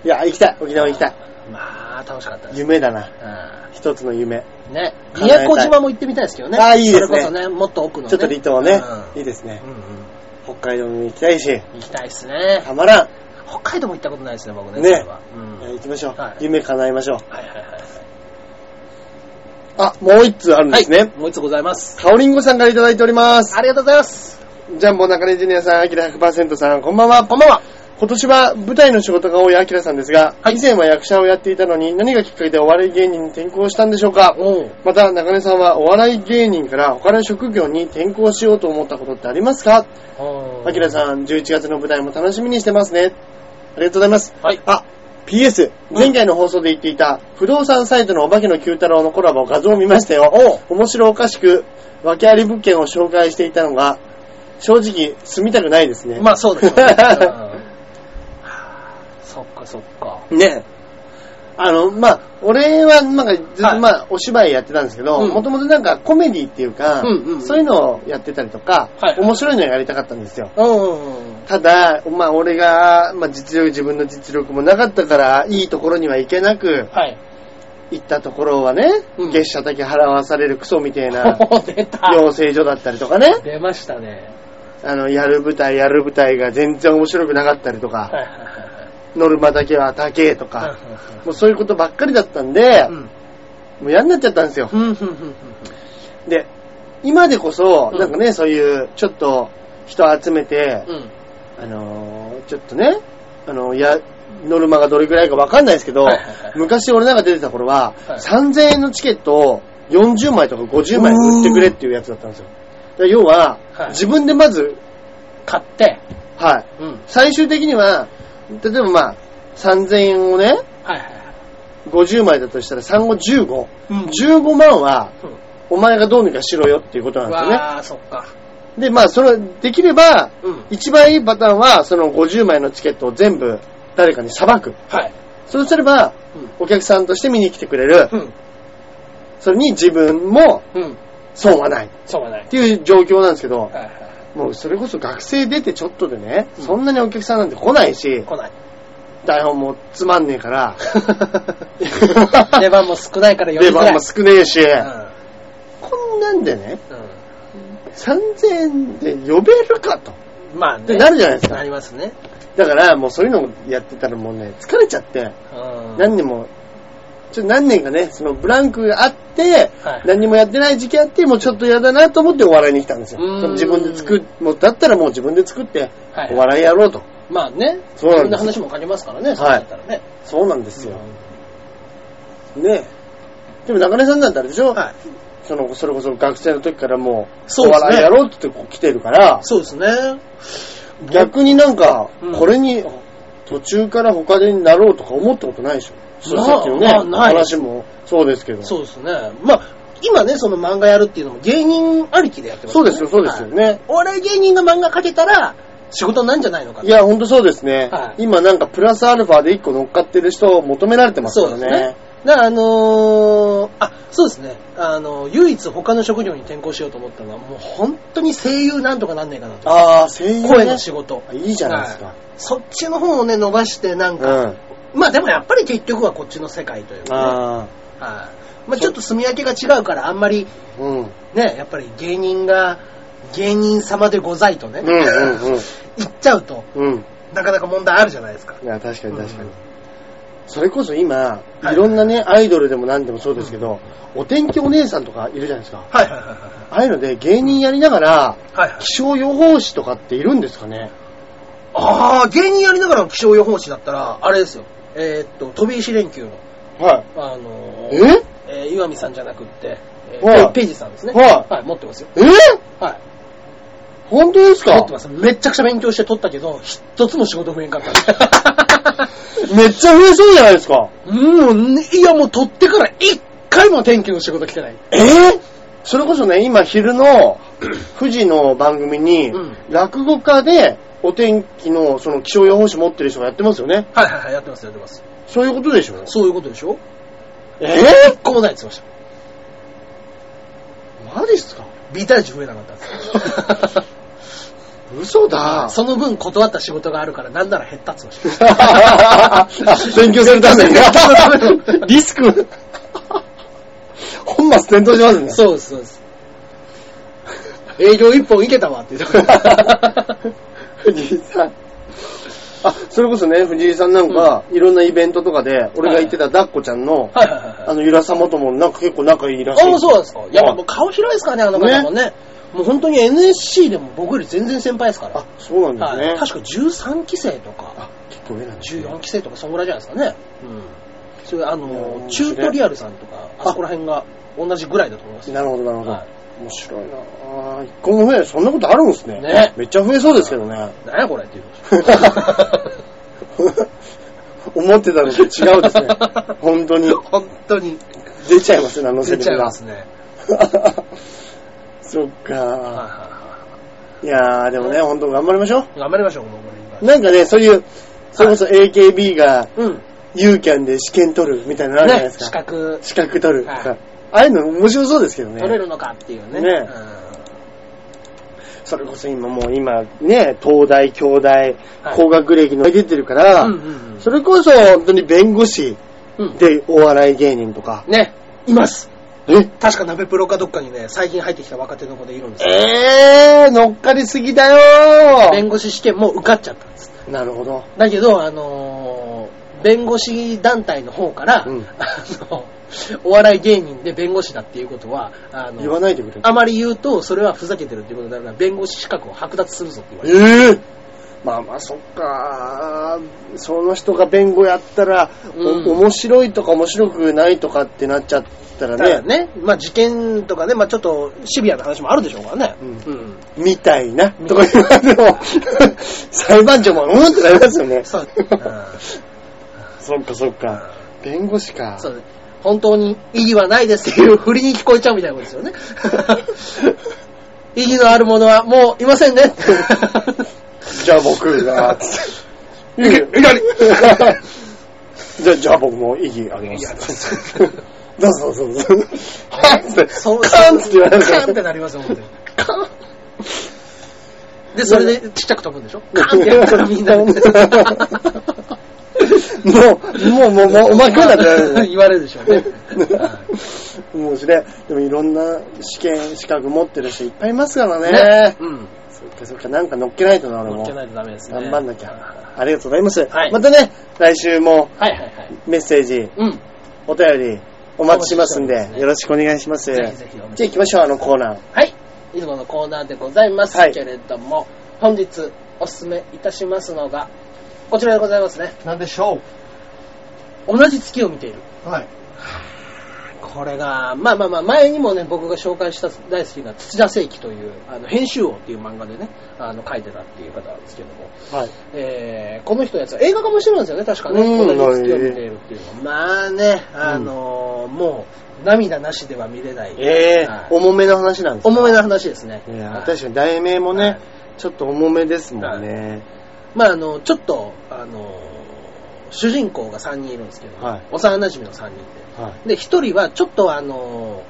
Speaker 2: いや、行きたい。沖縄行きたい。
Speaker 1: まあ、楽しかったです。
Speaker 2: 夢だ
Speaker 1: う
Speaker 2: な。
Speaker 1: ん
Speaker 2: 一つの夢。
Speaker 1: ね。
Speaker 2: 叶えた
Speaker 1: 宮
Speaker 2: い
Speaker 1: 古島も行ってみたいですけどね。
Speaker 2: あーいいですね
Speaker 1: それこそね、もっと奥のね。
Speaker 2: ちょっと離島ね。
Speaker 1: うん
Speaker 2: いいですね
Speaker 1: う。んうん
Speaker 2: 北海道に行きたいし、
Speaker 1: 行きたいですね。
Speaker 2: たまらん。
Speaker 1: 北海道も行ったことないですね、僕ね。
Speaker 2: ね
Speaker 1: それはうん。
Speaker 2: いや行きましょう
Speaker 1: はい。
Speaker 2: 夢叶えましょう。
Speaker 1: はいはいはい。
Speaker 2: あ、もう一通あるんです
Speaker 1: はい
Speaker 2: ね。
Speaker 1: もう一つございます。
Speaker 2: かおりんごさんからいただいております。
Speaker 1: ありがとうございます。
Speaker 2: ジャンボ中根ジュニアさん、アキラ100%さん、こんばんは。
Speaker 1: こんばんは。
Speaker 2: 今年は舞台の仕事が多いアキラさんですが、以前は役者をやっていたのに何がきっかけでお笑い芸人に転向したんでしょうか
Speaker 1: おう
Speaker 2: また、中根さんはお笑い芸人から他の職業に転向しようと思ったことってありますか
Speaker 1: お
Speaker 2: アキラ
Speaker 1: ん。
Speaker 2: さん、11月の舞台も楽しみにしてますね。ありがとうございます。
Speaker 1: はい。
Speaker 2: あ、PS、
Speaker 1: うん
Speaker 2: 前回の放送で言っていた、不動産サイトのお化けの九太郎のコラボ画像を見ましたよ。面白おかしく、訳あり物件を紹介していたのが、正直、住みたくないですね。
Speaker 1: まあそうです よね。うんはあそっかそっか。
Speaker 2: ね。あの、まあ、俺は、なんか、ずっと、
Speaker 1: はい
Speaker 2: まあ、お芝居やってたんですけど、
Speaker 1: うん
Speaker 2: もともとなんかコメディっていうか、
Speaker 1: うんうんうん
Speaker 2: そういうのをやってたりとか、
Speaker 1: はい
Speaker 2: 面白いのやりたかったんですよ。
Speaker 1: うん。
Speaker 2: ただ、まあ、俺が、まあ、実力、自分の実力もなかったから、いいところには行けなく、
Speaker 1: はい。
Speaker 2: 行ったところはね、
Speaker 1: うん
Speaker 2: 月謝だけ払わされるクソみたい な
Speaker 1: 出た。
Speaker 2: 養成所だったりとかね、
Speaker 1: 出ましたね。
Speaker 2: あの、やる舞台、やる舞台が全然面白くなかったりと
Speaker 1: はいは
Speaker 2: か、
Speaker 1: いはい
Speaker 2: ノルマだけは高えと
Speaker 1: はい
Speaker 2: か、もうそういうことばっかりだったんで、
Speaker 1: うん。
Speaker 2: もう嫌になっちゃったんですよ。
Speaker 1: うん。うん。うんうん。
Speaker 2: で、今でこそ、
Speaker 1: うん
Speaker 2: なんかね、そういう、ちょっと、人集めて
Speaker 1: う、ん。
Speaker 2: あのーちょっとね、あのや、ノルマがどれくらいかわかんないですけど、
Speaker 1: はいはいはい
Speaker 2: 昔俺なんか出てた頃は、
Speaker 1: はい
Speaker 2: 3000円のチケットを40枚とか50枚売ってくれっていうやつだったんですよ。だから要は、
Speaker 1: はい
Speaker 2: 自分でまず、
Speaker 1: 買って。
Speaker 2: はい、
Speaker 1: うん。
Speaker 2: 最終的には、例えばまあ、3000円をね、
Speaker 1: はいはいはい。
Speaker 2: 50枚だとしたら3後15。
Speaker 1: うん
Speaker 2: 15万は、
Speaker 1: うん
Speaker 2: お前がどうにかしろよっていうことなんですよね。
Speaker 1: わあ、そっか。
Speaker 2: で、まあ、それ、できれば、
Speaker 1: うん。
Speaker 2: 一番いいパターンは、その50枚のチケットを全部誰かにさばく。
Speaker 1: はい。
Speaker 2: そうすれば、
Speaker 1: う
Speaker 2: お客さんとして見に来てくれる。
Speaker 1: ん。うん。
Speaker 2: それに自分も
Speaker 1: うん。
Speaker 2: 損はない。っ
Speaker 1: そうがない。
Speaker 2: ていう状況なんですけど
Speaker 1: は、いはいは
Speaker 2: もうそれこそ学生出てちょっとでね、
Speaker 1: うん
Speaker 2: そんなにお客さんなんて来ないし
Speaker 1: い。、来 ない。
Speaker 2: 台本もつまんね えから、
Speaker 1: 出番も少ないから読
Speaker 2: 出
Speaker 1: みづらい
Speaker 2: 番も少ねえし、
Speaker 1: う
Speaker 2: こんなんでね、
Speaker 1: ん。うん
Speaker 2: 3000円で呼べるかと。
Speaker 1: まあね。
Speaker 2: ってなるじゃないですか
Speaker 1: なりますね。
Speaker 2: だからもうそういうのやってたらもうね、疲れちゃって、
Speaker 1: うん。
Speaker 2: 何年も、ちょっと何年かね、そのブランクがあって、
Speaker 1: はい
Speaker 2: 何にもやってない時期あって、もうちょっと嫌だなと思ってお笑いに来たんですよ。
Speaker 1: うーん
Speaker 2: その自分で作っ、もうだったらもう自分で作って
Speaker 1: は、い
Speaker 2: お笑いやろうと。
Speaker 1: まあね。
Speaker 2: そう
Speaker 1: ろ
Speaker 2: なんです
Speaker 1: んな話も書けますからね。
Speaker 2: い
Speaker 1: そうなったらね。
Speaker 2: そうなんです
Speaker 1: う
Speaker 2: よ。
Speaker 1: ね
Speaker 2: でも中根さんなんてあれでしょ、
Speaker 1: はい。
Speaker 2: その、それこそ学生の時からもう、
Speaker 1: そうですね
Speaker 2: お笑いやろうってこう来てるから、
Speaker 1: そうですね。
Speaker 2: 逆になんか
Speaker 1: うん、
Speaker 2: これに、途中から他でになろうとか思ったことないでしょ。そうさっきのね、
Speaker 1: まあない
Speaker 2: 話もそうですけど。
Speaker 1: そうですね。まあ、今ね、その漫画やるっていうのも芸人ありきでやってます
Speaker 2: そうですよ、そうですよ
Speaker 1: はい
Speaker 2: ね。
Speaker 1: お笑い芸人が漫画描けたら、仕事なんじゃないのか
Speaker 2: い
Speaker 1: な。
Speaker 2: や、ほんとそうですね。
Speaker 1: はい
Speaker 2: 今なんかプラスアルファで一個乗っかってる人を求められてますからね。
Speaker 1: そうですねだからあのーあ、そうですね。あの唯一他の職業に転校しようと思ったのは、もう本当に声優なんとかなんねえかなと。
Speaker 2: ああ、声優、ね。
Speaker 1: 声の仕事。
Speaker 2: いいじゃないですか。
Speaker 1: そっちの方をね、伸ばして、なんか、
Speaker 2: うん。
Speaker 1: まあでもやっぱり結局はこっちの世界というか、ね、はい
Speaker 2: あ
Speaker 1: まあちょっと住み分けが違うから、あんまり
Speaker 2: あ、うん。うん
Speaker 1: ね、やっぱり芸人が、芸人様でございとね、
Speaker 2: うん
Speaker 1: 言っちゃうと、
Speaker 2: うん。うん。
Speaker 1: なかなか問題あるじゃないですか。
Speaker 2: いや、確かに確か
Speaker 1: う
Speaker 2: に
Speaker 1: ん。
Speaker 2: それこそ今、
Speaker 1: はい
Speaker 2: いろんなね、アイドルでも何でもそうですけど、お天気お姉さんとかいるじゃないですか。
Speaker 1: はいはいはい
Speaker 2: ああいうので芸人やりながら、
Speaker 1: はい。はいはい、
Speaker 2: 気象予報士とかっているんですかね
Speaker 1: ああ、芸人やりながらの気象予報士だったら、あれですよ。えーっと、飛び石連休の、
Speaker 2: は
Speaker 1: あの
Speaker 2: え
Speaker 1: ー、えー岩見さんじゃなくって、えー
Speaker 2: はい
Speaker 1: ペイジさんですね。
Speaker 2: はい
Speaker 1: はい、持ってますよ。
Speaker 2: え
Speaker 1: はい。
Speaker 2: 本当です
Speaker 1: 持
Speaker 2: か
Speaker 1: ってます。めっちゃくちゃ勉強して取ったけど、一つも仕事増えんか った。
Speaker 2: めっちゃ増えそうじゃないですか。
Speaker 1: もう、いやもう取ってから一回も天気の仕事来てない。
Speaker 2: えーそれこそね、今 昼の富士の番組に
Speaker 1: うん、
Speaker 2: 落語家でお天気のその気象予報士持ってる人がやってますよね。
Speaker 1: はいはいはい、やってますやってます。
Speaker 2: そういうことでしょ
Speaker 1: そういうことでしょ
Speaker 2: え
Speaker 1: 一個もないって言ってまし
Speaker 2: ーマジっすか
Speaker 1: た。ビタージュ増えなかったんですよ
Speaker 2: 嘘 だ。
Speaker 1: その分断った仕事があるから、なんなら減ったっつうの。
Speaker 2: 勉強するために。リスク。本末転倒しますね。
Speaker 1: そうです、そうです。営業一本いけたわって言ってました。
Speaker 2: 藤井さん。あ、それこそね、藤井さんなんか、いろんなイベントとかで、俺が行ってたダッコちゃんの、
Speaker 1: はいはい はいはい。
Speaker 2: あの、ゆらさまともなんか結構仲いいらしい。
Speaker 1: あもうそうなんですか。いや、
Speaker 2: はい
Speaker 1: もう顔広いですからね、あの方もね。もう本当に NSC でも僕より全然先輩ですから。
Speaker 2: あ、そうなん
Speaker 1: はい、
Speaker 2: です
Speaker 1: 確
Speaker 2: ね。
Speaker 1: か13期生とか、
Speaker 2: あ、結構上なんですね
Speaker 1: 14。期生とか、そんぐらいじゃないですかね。うん。それ、あ
Speaker 2: いや
Speaker 1: の、
Speaker 2: ー
Speaker 1: チュートリアルさんとか、あそこら辺が同じぐらいだと思います。
Speaker 2: なるほど、なるほど。
Speaker 1: はい
Speaker 2: 面白いなぁ。一個も増えない。そんなことあるんですね。
Speaker 1: ね
Speaker 2: めっちゃ増えそうですけどね。
Speaker 1: 何やこれって言うでしょ
Speaker 2: 思ってたのと違うです ね。本当に。
Speaker 1: 本当に
Speaker 2: 出ちゃいますね、あのセ
Speaker 1: 出
Speaker 2: リ
Speaker 1: ちゃ
Speaker 2: フ
Speaker 1: い
Speaker 2: が
Speaker 1: ま。すね。
Speaker 2: そ
Speaker 1: はいは
Speaker 2: っ
Speaker 1: い
Speaker 2: か
Speaker 1: はい
Speaker 2: やー、でもね、本当頑張りましょ
Speaker 1: い頑張りましょう、もうこれ
Speaker 2: う。
Speaker 1: 今
Speaker 2: なんかね、そういう、それこそ AKB が
Speaker 1: うん。
Speaker 2: ユーキャンで試験取るみたいなのあるじゃない
Speaker 1: ね、
Speaker 2: です
Speaker 1: 資
Speaker 2: か。
Speaker 1: 格
Speaker 2: 資格取ると
Speaker 1: は
Speaker 2: か
Speaker 1: い。
Speaker 2: ああいうの面白そうですけどね。
Speaker 1: 取れるのかっていうね。
Speaker 2: ねそれこそ今もう今ね、東大、京大、
Speaker 1: はい
Speaker 2: 高学歴の出てるか
Speaker 1: う
Speaker 2: ら
Speaker 1: ん。う、んうんうん
Speaker 2: それこそ本当に弁護士
Speaker 1: うん。
Speaker 2: でお笑い芸人とか。
Speaker 1: ね、います。
Speaker 2: え
Speaker 1: 確か鍋プロかどっかにね、最近入ってきた若手の子でいるんですよ。
Speaker 2: えー、乗っかりすぎだよ
Speaker 1: 弁護士試験も受かっちゃったんです。
Speaker 2: ーなるほど。
Speaker 1: だけど、あのー弁護士団体の方から、
Speaker 2: うん
Speaker 1: あの、お笑い芸人で弁護士だっていうことは、あ
Speaker 2: 言わ
Speaker 1: の、
Speaker 2: ないでくれ。
Speaker 1: あまり言うと、それはふざけてるっていうことだから、弁護士資格を剥奪するぞって言われて。
Speaker 2: ええまあまあそっかその人が弁護やったら、
Speaker 1: うん
Speaker 2: お面白いとか面白くないとかってなっちゃったら
Speaker 1: だから
Speaker 2: ね
Speaker 1: ね、まあ事件とかね、まあちょっとシビアな話もあるでしょうからね。
Speaker 2: う
Speaker 1: うんん。
Speaker 2: みたいなとか言われ ても裁判長もうんってなりますよね
Speaker 1: そう。
Speaker 2: そっかそっか弁護士か
Speaker 1: そう本当に意義はないですっていう振りに聞こえちゃうみたいなことですよね。意義のあるものはもういませんね。
Speaker 2: じゃあ僕がつっていきなりじゃあじゃあ僕も異議あげま
Speaker 1: いや
Speaker 2: すどうぞどうぞどうぞはっつって
Speaker 1: そう
Speaker 2: カンって言われる
Speaker 1: カンってなりますよ、本当に。で、それでちっちゃく飛ぶんでしょカンってやったらみんなに。
Speaker 2: もう、もう、もう、もう、お前来るなって言われるね
Speaker 1: 言われるでしょうね。
Speaker 2: 面白い。でもいろんな試験、資格持ってる人いっぱいいますからね。
Speaker 1: ねうん。
Speaker 2: そっかそっか、なんか乗っけないとな、俺
Speaker 1: 乗
Speaker 2: も
Speaker 1: っけ。ないとダメですね。
Speaker 2: 頑張んなきゃ。ありがとうございます。
Speaker 1: はい
Speaker 2: またね、来週も
Speaker 1: はいはいはい。
Speaker 2: メッセージ、
Speaker 1: うん。
Speaker 2: お便り、お待ちしますん
Speaker 1: お待ちしておりま
Speaker 2: で、
Speaker 1: すね
Speaker 2: よろしくお願いします。じ
Speaker 1: ぜ
Speaker 2: ゃ
Speaker 1: ひぜひお
Speaker 2: あ
Speaker 1: 待ちしております
Speaker 2: 行きましょう、あのコーナー。
Speaker 1: はい。いつものコーナーでございます
Speaker 2: はい
Speaker 1: けれども、本日おすすめいたしますのが、こちらでございますね。
Speaker 5: なんでしょ
Speaker 1: 同じ月を見ている。
Speaker 5: うはい。
Speaker 1: これが、まあまあまあ、前にもね、僕が紹介した大好きな土田聖輝という、あの、編集王っていう漫画でね、あの、書いてたっていう方なんですけども、
Speaker 2: はい。
Speaker 1: えー、この人のやつは映画化もしてるんですよね、確かね。
Speaker 2: うん
Speaker 1: この人を見ているっていうのは。まあね、あのーもう、涙なしでは見れない。
Speaker 2: ええ
Speaker 1: はい
Speaker 2: 重めの話なんです
Speaker 1: 重めな話ですね。
Speaker 2: いや
Speaker 1: はい
Speaker 2: ー確かに題名もね、
Speaker 1: はい
Speaker 2: ちょっと重めですもんね。
Speaker 1: まああの、ちょっと、あの、主人公が3人いるんですけど、
Speaker 2: はい
Speaker 1: 幼馴染の3人
Speaker 2: はい。
Speaker 1: で。で、1人はちょっとあの、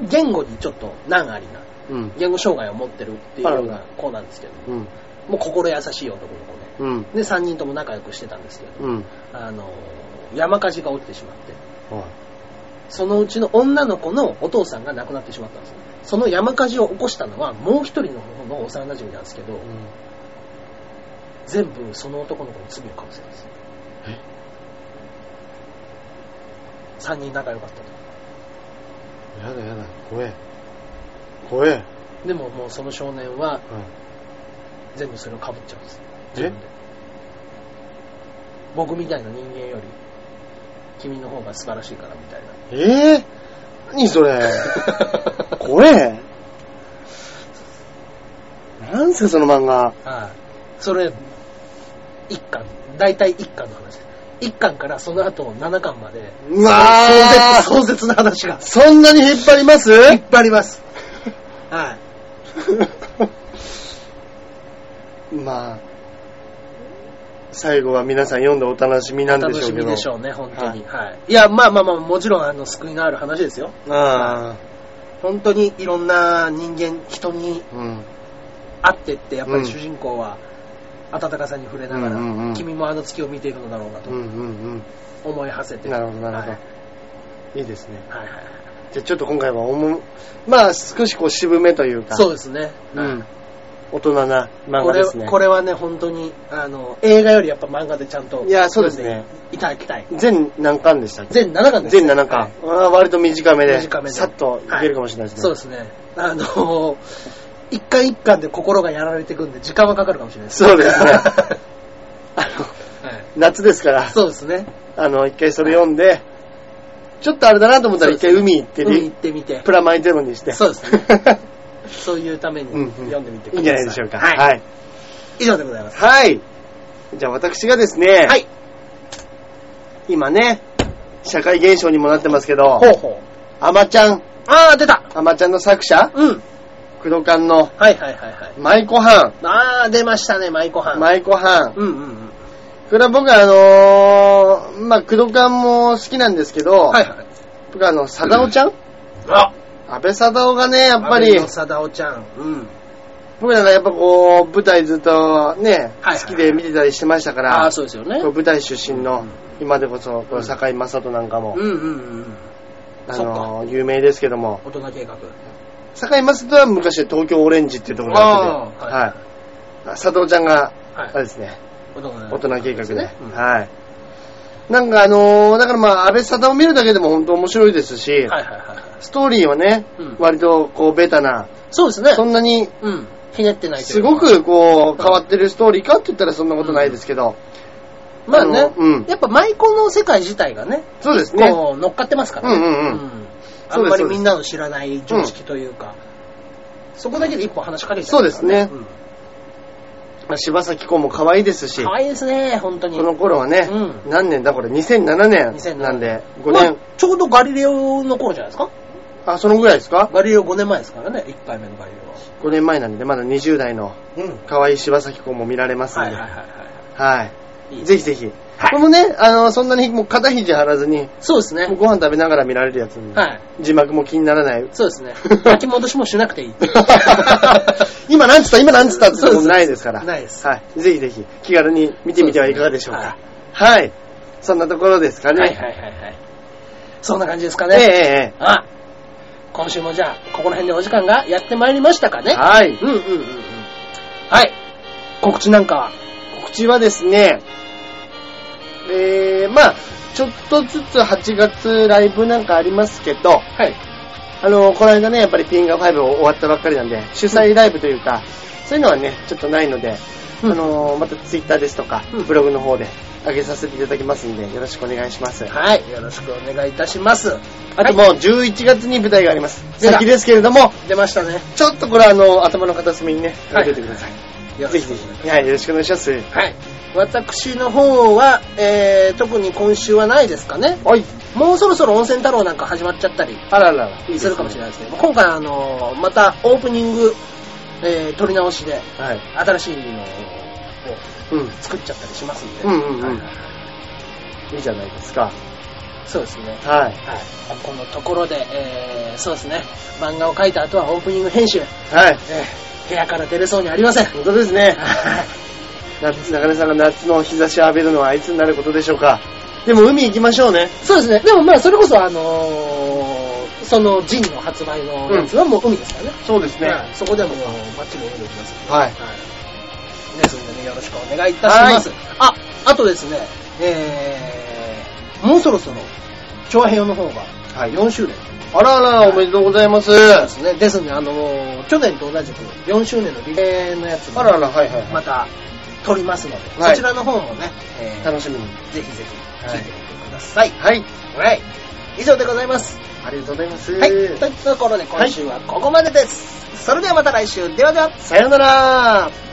Speaker 1: 言語にちょっと難ありな、
Speaker 2: うん。
Speaker 1: 言語障害を持ってるっていうよう
Speaker 2: あ
Speaker 1: な
Speaker 2: ら
Speaker 1: 子なんですけど、
Speaker 2: うん。
Speaker 1: もう心優しい男の子で。
Speaker 2: うん。
Speaker 1: で、3人とも仲良くしてたんですけど、
Speaker 2: うん。
Speaker 1: あの、山火事が起きてしまって、
Speaker 2: はい。
Speaker 1: そのうちの女の子のお父さんが亡くなってしまったんですね。その山火事を起こしたのはもう一人の方の幼馴染なんですけど、全部その男の子に罪をかぶせたんです3人仲良かったと
Speaker 2: やだやだ、怖え。怖え。
Speaker 1: でももうその少年は
Speaker 2: はい
Speaker 1: 全部それをかぶっちゃうんです
Speaker 2: え
Speaker 1: 自分で僕みたいな人間より君の方が素晴らしいからみたいな
Speaker 2: ええ何それ。怖え。なんすか、その漫画。
Speaker 1: はい。それ、一巻、大体一巻の話です。一巻からその後七巻まで、
Speaker 2: うわー
Speaker 1: 壮絶壮絶な話が。
Speaker 2: そんなに引っ張ります
Speaker 1: 引っ張ります。はい。
Speaker 2: まあ、最後は皆さん読んでお楽しみなんで
Speaker 1: 楽
Speaker 2: しょ
Speaker 1: し
Speaker 2: うけ
Speaker 1: み
Speaker 2: ど。
Speaker 1: でしょうね、本当に。はい。いや、まあまあまあ、もちろん、あの、救いのある話ですよ。
Speaker 2: あ
Speaker 1: 本当にいろんな人間、人に
Speaker 2: あ、うん。
Speaker 1: 会ってって、やっぱ
Speaker 2: うん
Speaker 1: り主人公は、温かさに触れながら、
Speaker 2: うんうんうん
Speaker 1: 君もあの月を見ているのだろうな
Speaker 2: うんう
Speaker 1: と
Speaker 2: ん
Speaker 1: 思い馳せて。
Speaker 2: うん。なるほど、なるほど。
Speaker 1: はい
Speaker 2: いいですね。
Speaker 1: はいはいはい。
Speaker 2: じゃあちょっと今回はおも、まあ少しこう渋めというか、
Speaker 1: そうですね。
Speaker 2: う
Speaker 1: はい
Speaker 2: ん。大人な漫
Speaker 1: こ
Speaker 2: 画
Speaker 1: れ
Speaker 2: ですね。
Speaker 1: これはね、本当に、あの、映画よりやっぱ漫画でちゃんと。
Speaker 2: いやそうですね。
Speaker 1: いただきたい。
Speaker 2: 全何巻でしたっけ
Speaker 1: 全7巻です、
Speaker 2: 全7巻。
Speaker 1: はい
Speaker 2: ああ割と短めで、
Speaker 1: 短めで
Speaker 2: さっといけるかもしれないですね。
Speaker 1: そうですね。あの、一巻一巻で心がやられていくんで、時間はかかるかもしれないです。
Speaker 2: そうです ねあの、
Speaker 1: はい
Speaker 2: 夏ですから、
Speaker 1: そうですね。
Speaker 2: あの、一回それ読んで、ちょっとあれだなと思ったら一回海行って
Speaker 1: 海行
Speaker 2: り
Speaker 1: っ、てみて
Speaker 2: プ。ラマイゼロにして。
Speaker 1: そう です
Speaker 2: ね。
Speaker 1: そういうために
Speaker 2: うんうん
Speaker 1: 読んでみてください。
Speaker 2: いいんじゃないでしょうか。
Speaker 1: はい。
Speaker 2: はい。
Speaker 1: 以上でございます。
Speaker 2: はい。じゃあ私がですね、
Speaker 1: はい。
Speaker 2: 今ね、社会現象にもなってますけど、
Speaker 1: ほうほう。
Speaker 2: アマちゃん、
Speaker 1: あー、出た
Speaker 2: アマちゃんの作者、
Speaker 1: うん。
Speaker 2: クドカン
Speaker 1: は
Speaker 2: の
Speaker 1: いはいはいはい。
Speaker 2: 舞妓ハ
Speaker 1: あー、出ましたね、舞妓
Speaker 2: ン。
Speaker 1: 班。
Speaker 2: 舞妓ハン。
Speaker 1: うんうんうん。
Speaker 2: これは僕はあのー、まあ、クドカンも好きなんですけど、
Speaker 1: はいはい。
Speaker 2: 僕はあの、サダオちゃん、
Speaker 1: あ
Speaker 2: 安倍サダオがね、やっぱり
Speaker 1: 安倍、の貞夫ちゃん。うん。
Speaker 2: 僕なんかやっぱこう、舞台ずっとね、
Speaker 1: はいはい
Speaker 2: 好きで見てたりしてましたか
Speaker 1: あ
Speaker 2: ら
Speaker 1: ー、、そうですよね
Speaker 2: こ。う舞台出身の、
Speaker 1: うん
Speaker 2: 今でこそ、こう堺井雅人なんかも、
Speaker 1: うんうんうんうん。
Speaker 2: あ
Speaker 1: そっ
Speaker 2: のー、有名ですけども、
Speaker 1: 大人計画。
Speaker 2: 堺井雅人は昔東京オレンジっていうところがあってて、
Speaker 1: あー
Speaker 2: はい。佐藤ちゃんが、
Speaker 1: はい
Speaker 2: あれですね、
Speaker 1: 大人
Speaker 2: 大人計画で。
Speaker 1: うんは
Speaker 2: はい。なんかあのーだからまあ、安倍サダを見るだけでも本当面白いですし、
Speaker 1: いはいはいはい。
Speaker 2: ストーリーはね、
Speaker 1: うん
Speaker 2: 割とこう、ベタな、
Speaker 1: そうですね。
Speaker 2: そんなに、
Speaker 1: うん。ひねってないとい
Speaker 2: す
Speaker 1: うか
Speaker 2: ご、くこう、変わってるストーリーかって言ったらそんなことないですけど、
Speaker 1: まあ
Speaker 2: あ
Speaker 1: ね
Speaker 2: の、うん
Speaker 1: やっぱ舞妓の世界自体がね、
Speaker 2: そうですね。
Speaker 1: こう乗っかってますからね。
Speaker 2: うんうんうん
Speaker 1: あんまりみんなの知らない常識というか、そこだけで一本話しかけちゃうから、
Speaker 2: そうですねまあ柴咲コウも可愛いですし、
Speaker 1: うん。可愛いですね、本当に。
Speaker 2: この頃はね、
Speaker 1: う
Speaker 2: 何年だこれ、2007
Speaker 1: 2007
Speaker 2: 年なんで、5
Speaker 1: まあ
Speaker 2: 年、
Speaker 1: ちょうどガリレオの頃じゃないですか
Speaker 2: あ、そのぐらいですか
Speaker 1: ガリレオ5年前ですからね、1回目のガリ
Speaker 2: ?5 年前なんで、まだ20代の
Speaker 1: レオは。うん。
Speaker 2: 可愛い柴咲コウも見られますん
Speaker 1: はい
Speaker 2: で、
Speaker 1: はいはい
Speaker 2: は。
Speaker 1: はいい。
Speaker 2: ぜ
Speaker 1: ひ。
Speaker 2: ひぜひ。これもね、あの、そんなにもう肩肘張らずに、
Speaker 1: そうですね
Speaker 2: もう。ご飯食べながら見られるやつに、
Speaker 1: はい。
Speaker 2: 字幕も気にな らない。
Speaker 1: そう ですね。巻き戻しもしなくていい。
Speaker 2: 今なんつった今なんつったってこともないですから。
Speaker 1: ないです
Speaker 2: はい。ぜひぜひ、気軽に見てみてはいかがでしょうか。はい。そんなところですかね。
Speaker 1: はいはいはいはい。そんな感じですか
Speaker 2: ええ
Speaker 1: ね。
Speaker 2: え
Speaker 1: あ、今週もじゃあ、ここら辺でお時間がやってまいりましたか
Speaker 2: え
Speaker 1: ね。
Speaker 2: はい。
Speaker 1: うんうんうんうん。はい。告知なんかは。
Speaker 2: 告知はですね、えー、まあちょっとずつ8月ライブなんかありますけど、
Speaker 1: はい。
Speaker 2: あの、この間ね、やっぱりピンガー5終わったばっかりなんで、主催ライブというか、そういうのはね、ちょっとないので、
Speaker 1: うん
Speaker 2: あのーまたツイッターですとか、
Speaker 1: うん
Speaker 2: ブログの方で上げさせていただきますんで、よろしくお願いします。
Speaker 1: はい。よろしくお願いいたします。
Speaker 2: あともう11月に舞台があります。
Speaker 1: 出た
Speaker 2: 先ですけれども、
Speaker 1: 出ましたね。
Speaker 2: ちょっとこれあの、頭の片隅にね、入れておいてください。
Speaker 1: よろ
Speaker 2: ぜ
Speaker 1: し
Speaker 2: ひ
Speaker 1: く
Speaker 2: ぜひ。はい、よろしくお願いします。は
Speaker 1: はい。私の方は、えー、特に今週はないですかね。
Speaker 2: い。
Speaker 1: もうそろそろ温泉太郎なんか始まっちゃったり
Speaker 2: あららら。
Speaker 1: するかもしれないですけど、今回あのーまたオープニング、えー、撮り直しで、
Speaker 2: はい。
Speaker 1: 新しいのを
Speaker 2: うん。
Speaker 1: 作っちゃったりしますんで。
Speaker 2: うんうんうん
Speaker 1: はい
Speaker 2: いいじゃないですか。
Speaker 1: そうですね。
Speaker 2: はい。
Speaker 1: はい。このところで、えー、そうですね。漫画を描いた後はオープニング編集。
Speaker 2: はい。
Speaker 1: えー、部屋から出れそうにありません。
Speaker 2: 本当ですね。
Speaker 1: はい
Speaker 2: 夏、中根さんが夏の日差しを浴びるのはいつになることでしょうか。でも海行きましょうね。
Speaker 1: そうですね。でもまあ、それこそあのー、そのジンの発売のやつはもう海ですからね。
Speaker 2: そうです
Speaker 1: はいそこでももうバッチリ泳いでいきます。
Speaker 2: はい。
Speaker 1: はい。ですのでね、よろしくお願いいたします。あ、あとですね、えー、もうそろそろ、調和平の方が
Speaker 2: はい
Speaker 1: 4周年
Speaker 2: あらあら、おめでとうございます。
Speaker 1: ですね。ですので、あのー、去年と同じく4周年のリレーのやつも
Speaker 2: あらあら、はいはい
Speaker 1: ま
Speaker 2: は
Speaker 1: た撮りますので、
Speaker 2: はい
Speaker 1: そちらの方もね、え
Speaker 2: い。
Speaker 1: ー
Speaker 2: 楽しみに。
Speaker 1: ぜひぜひ聞いてみてください。
Speaker 2: はい。
Speaker 1: はい。以上でございます。
Speaker 2: ありがとうございます。
Speaker 1: はい。というところで今週はここまでです。それではまた来週。ではでは。
Speaker 2: さよなら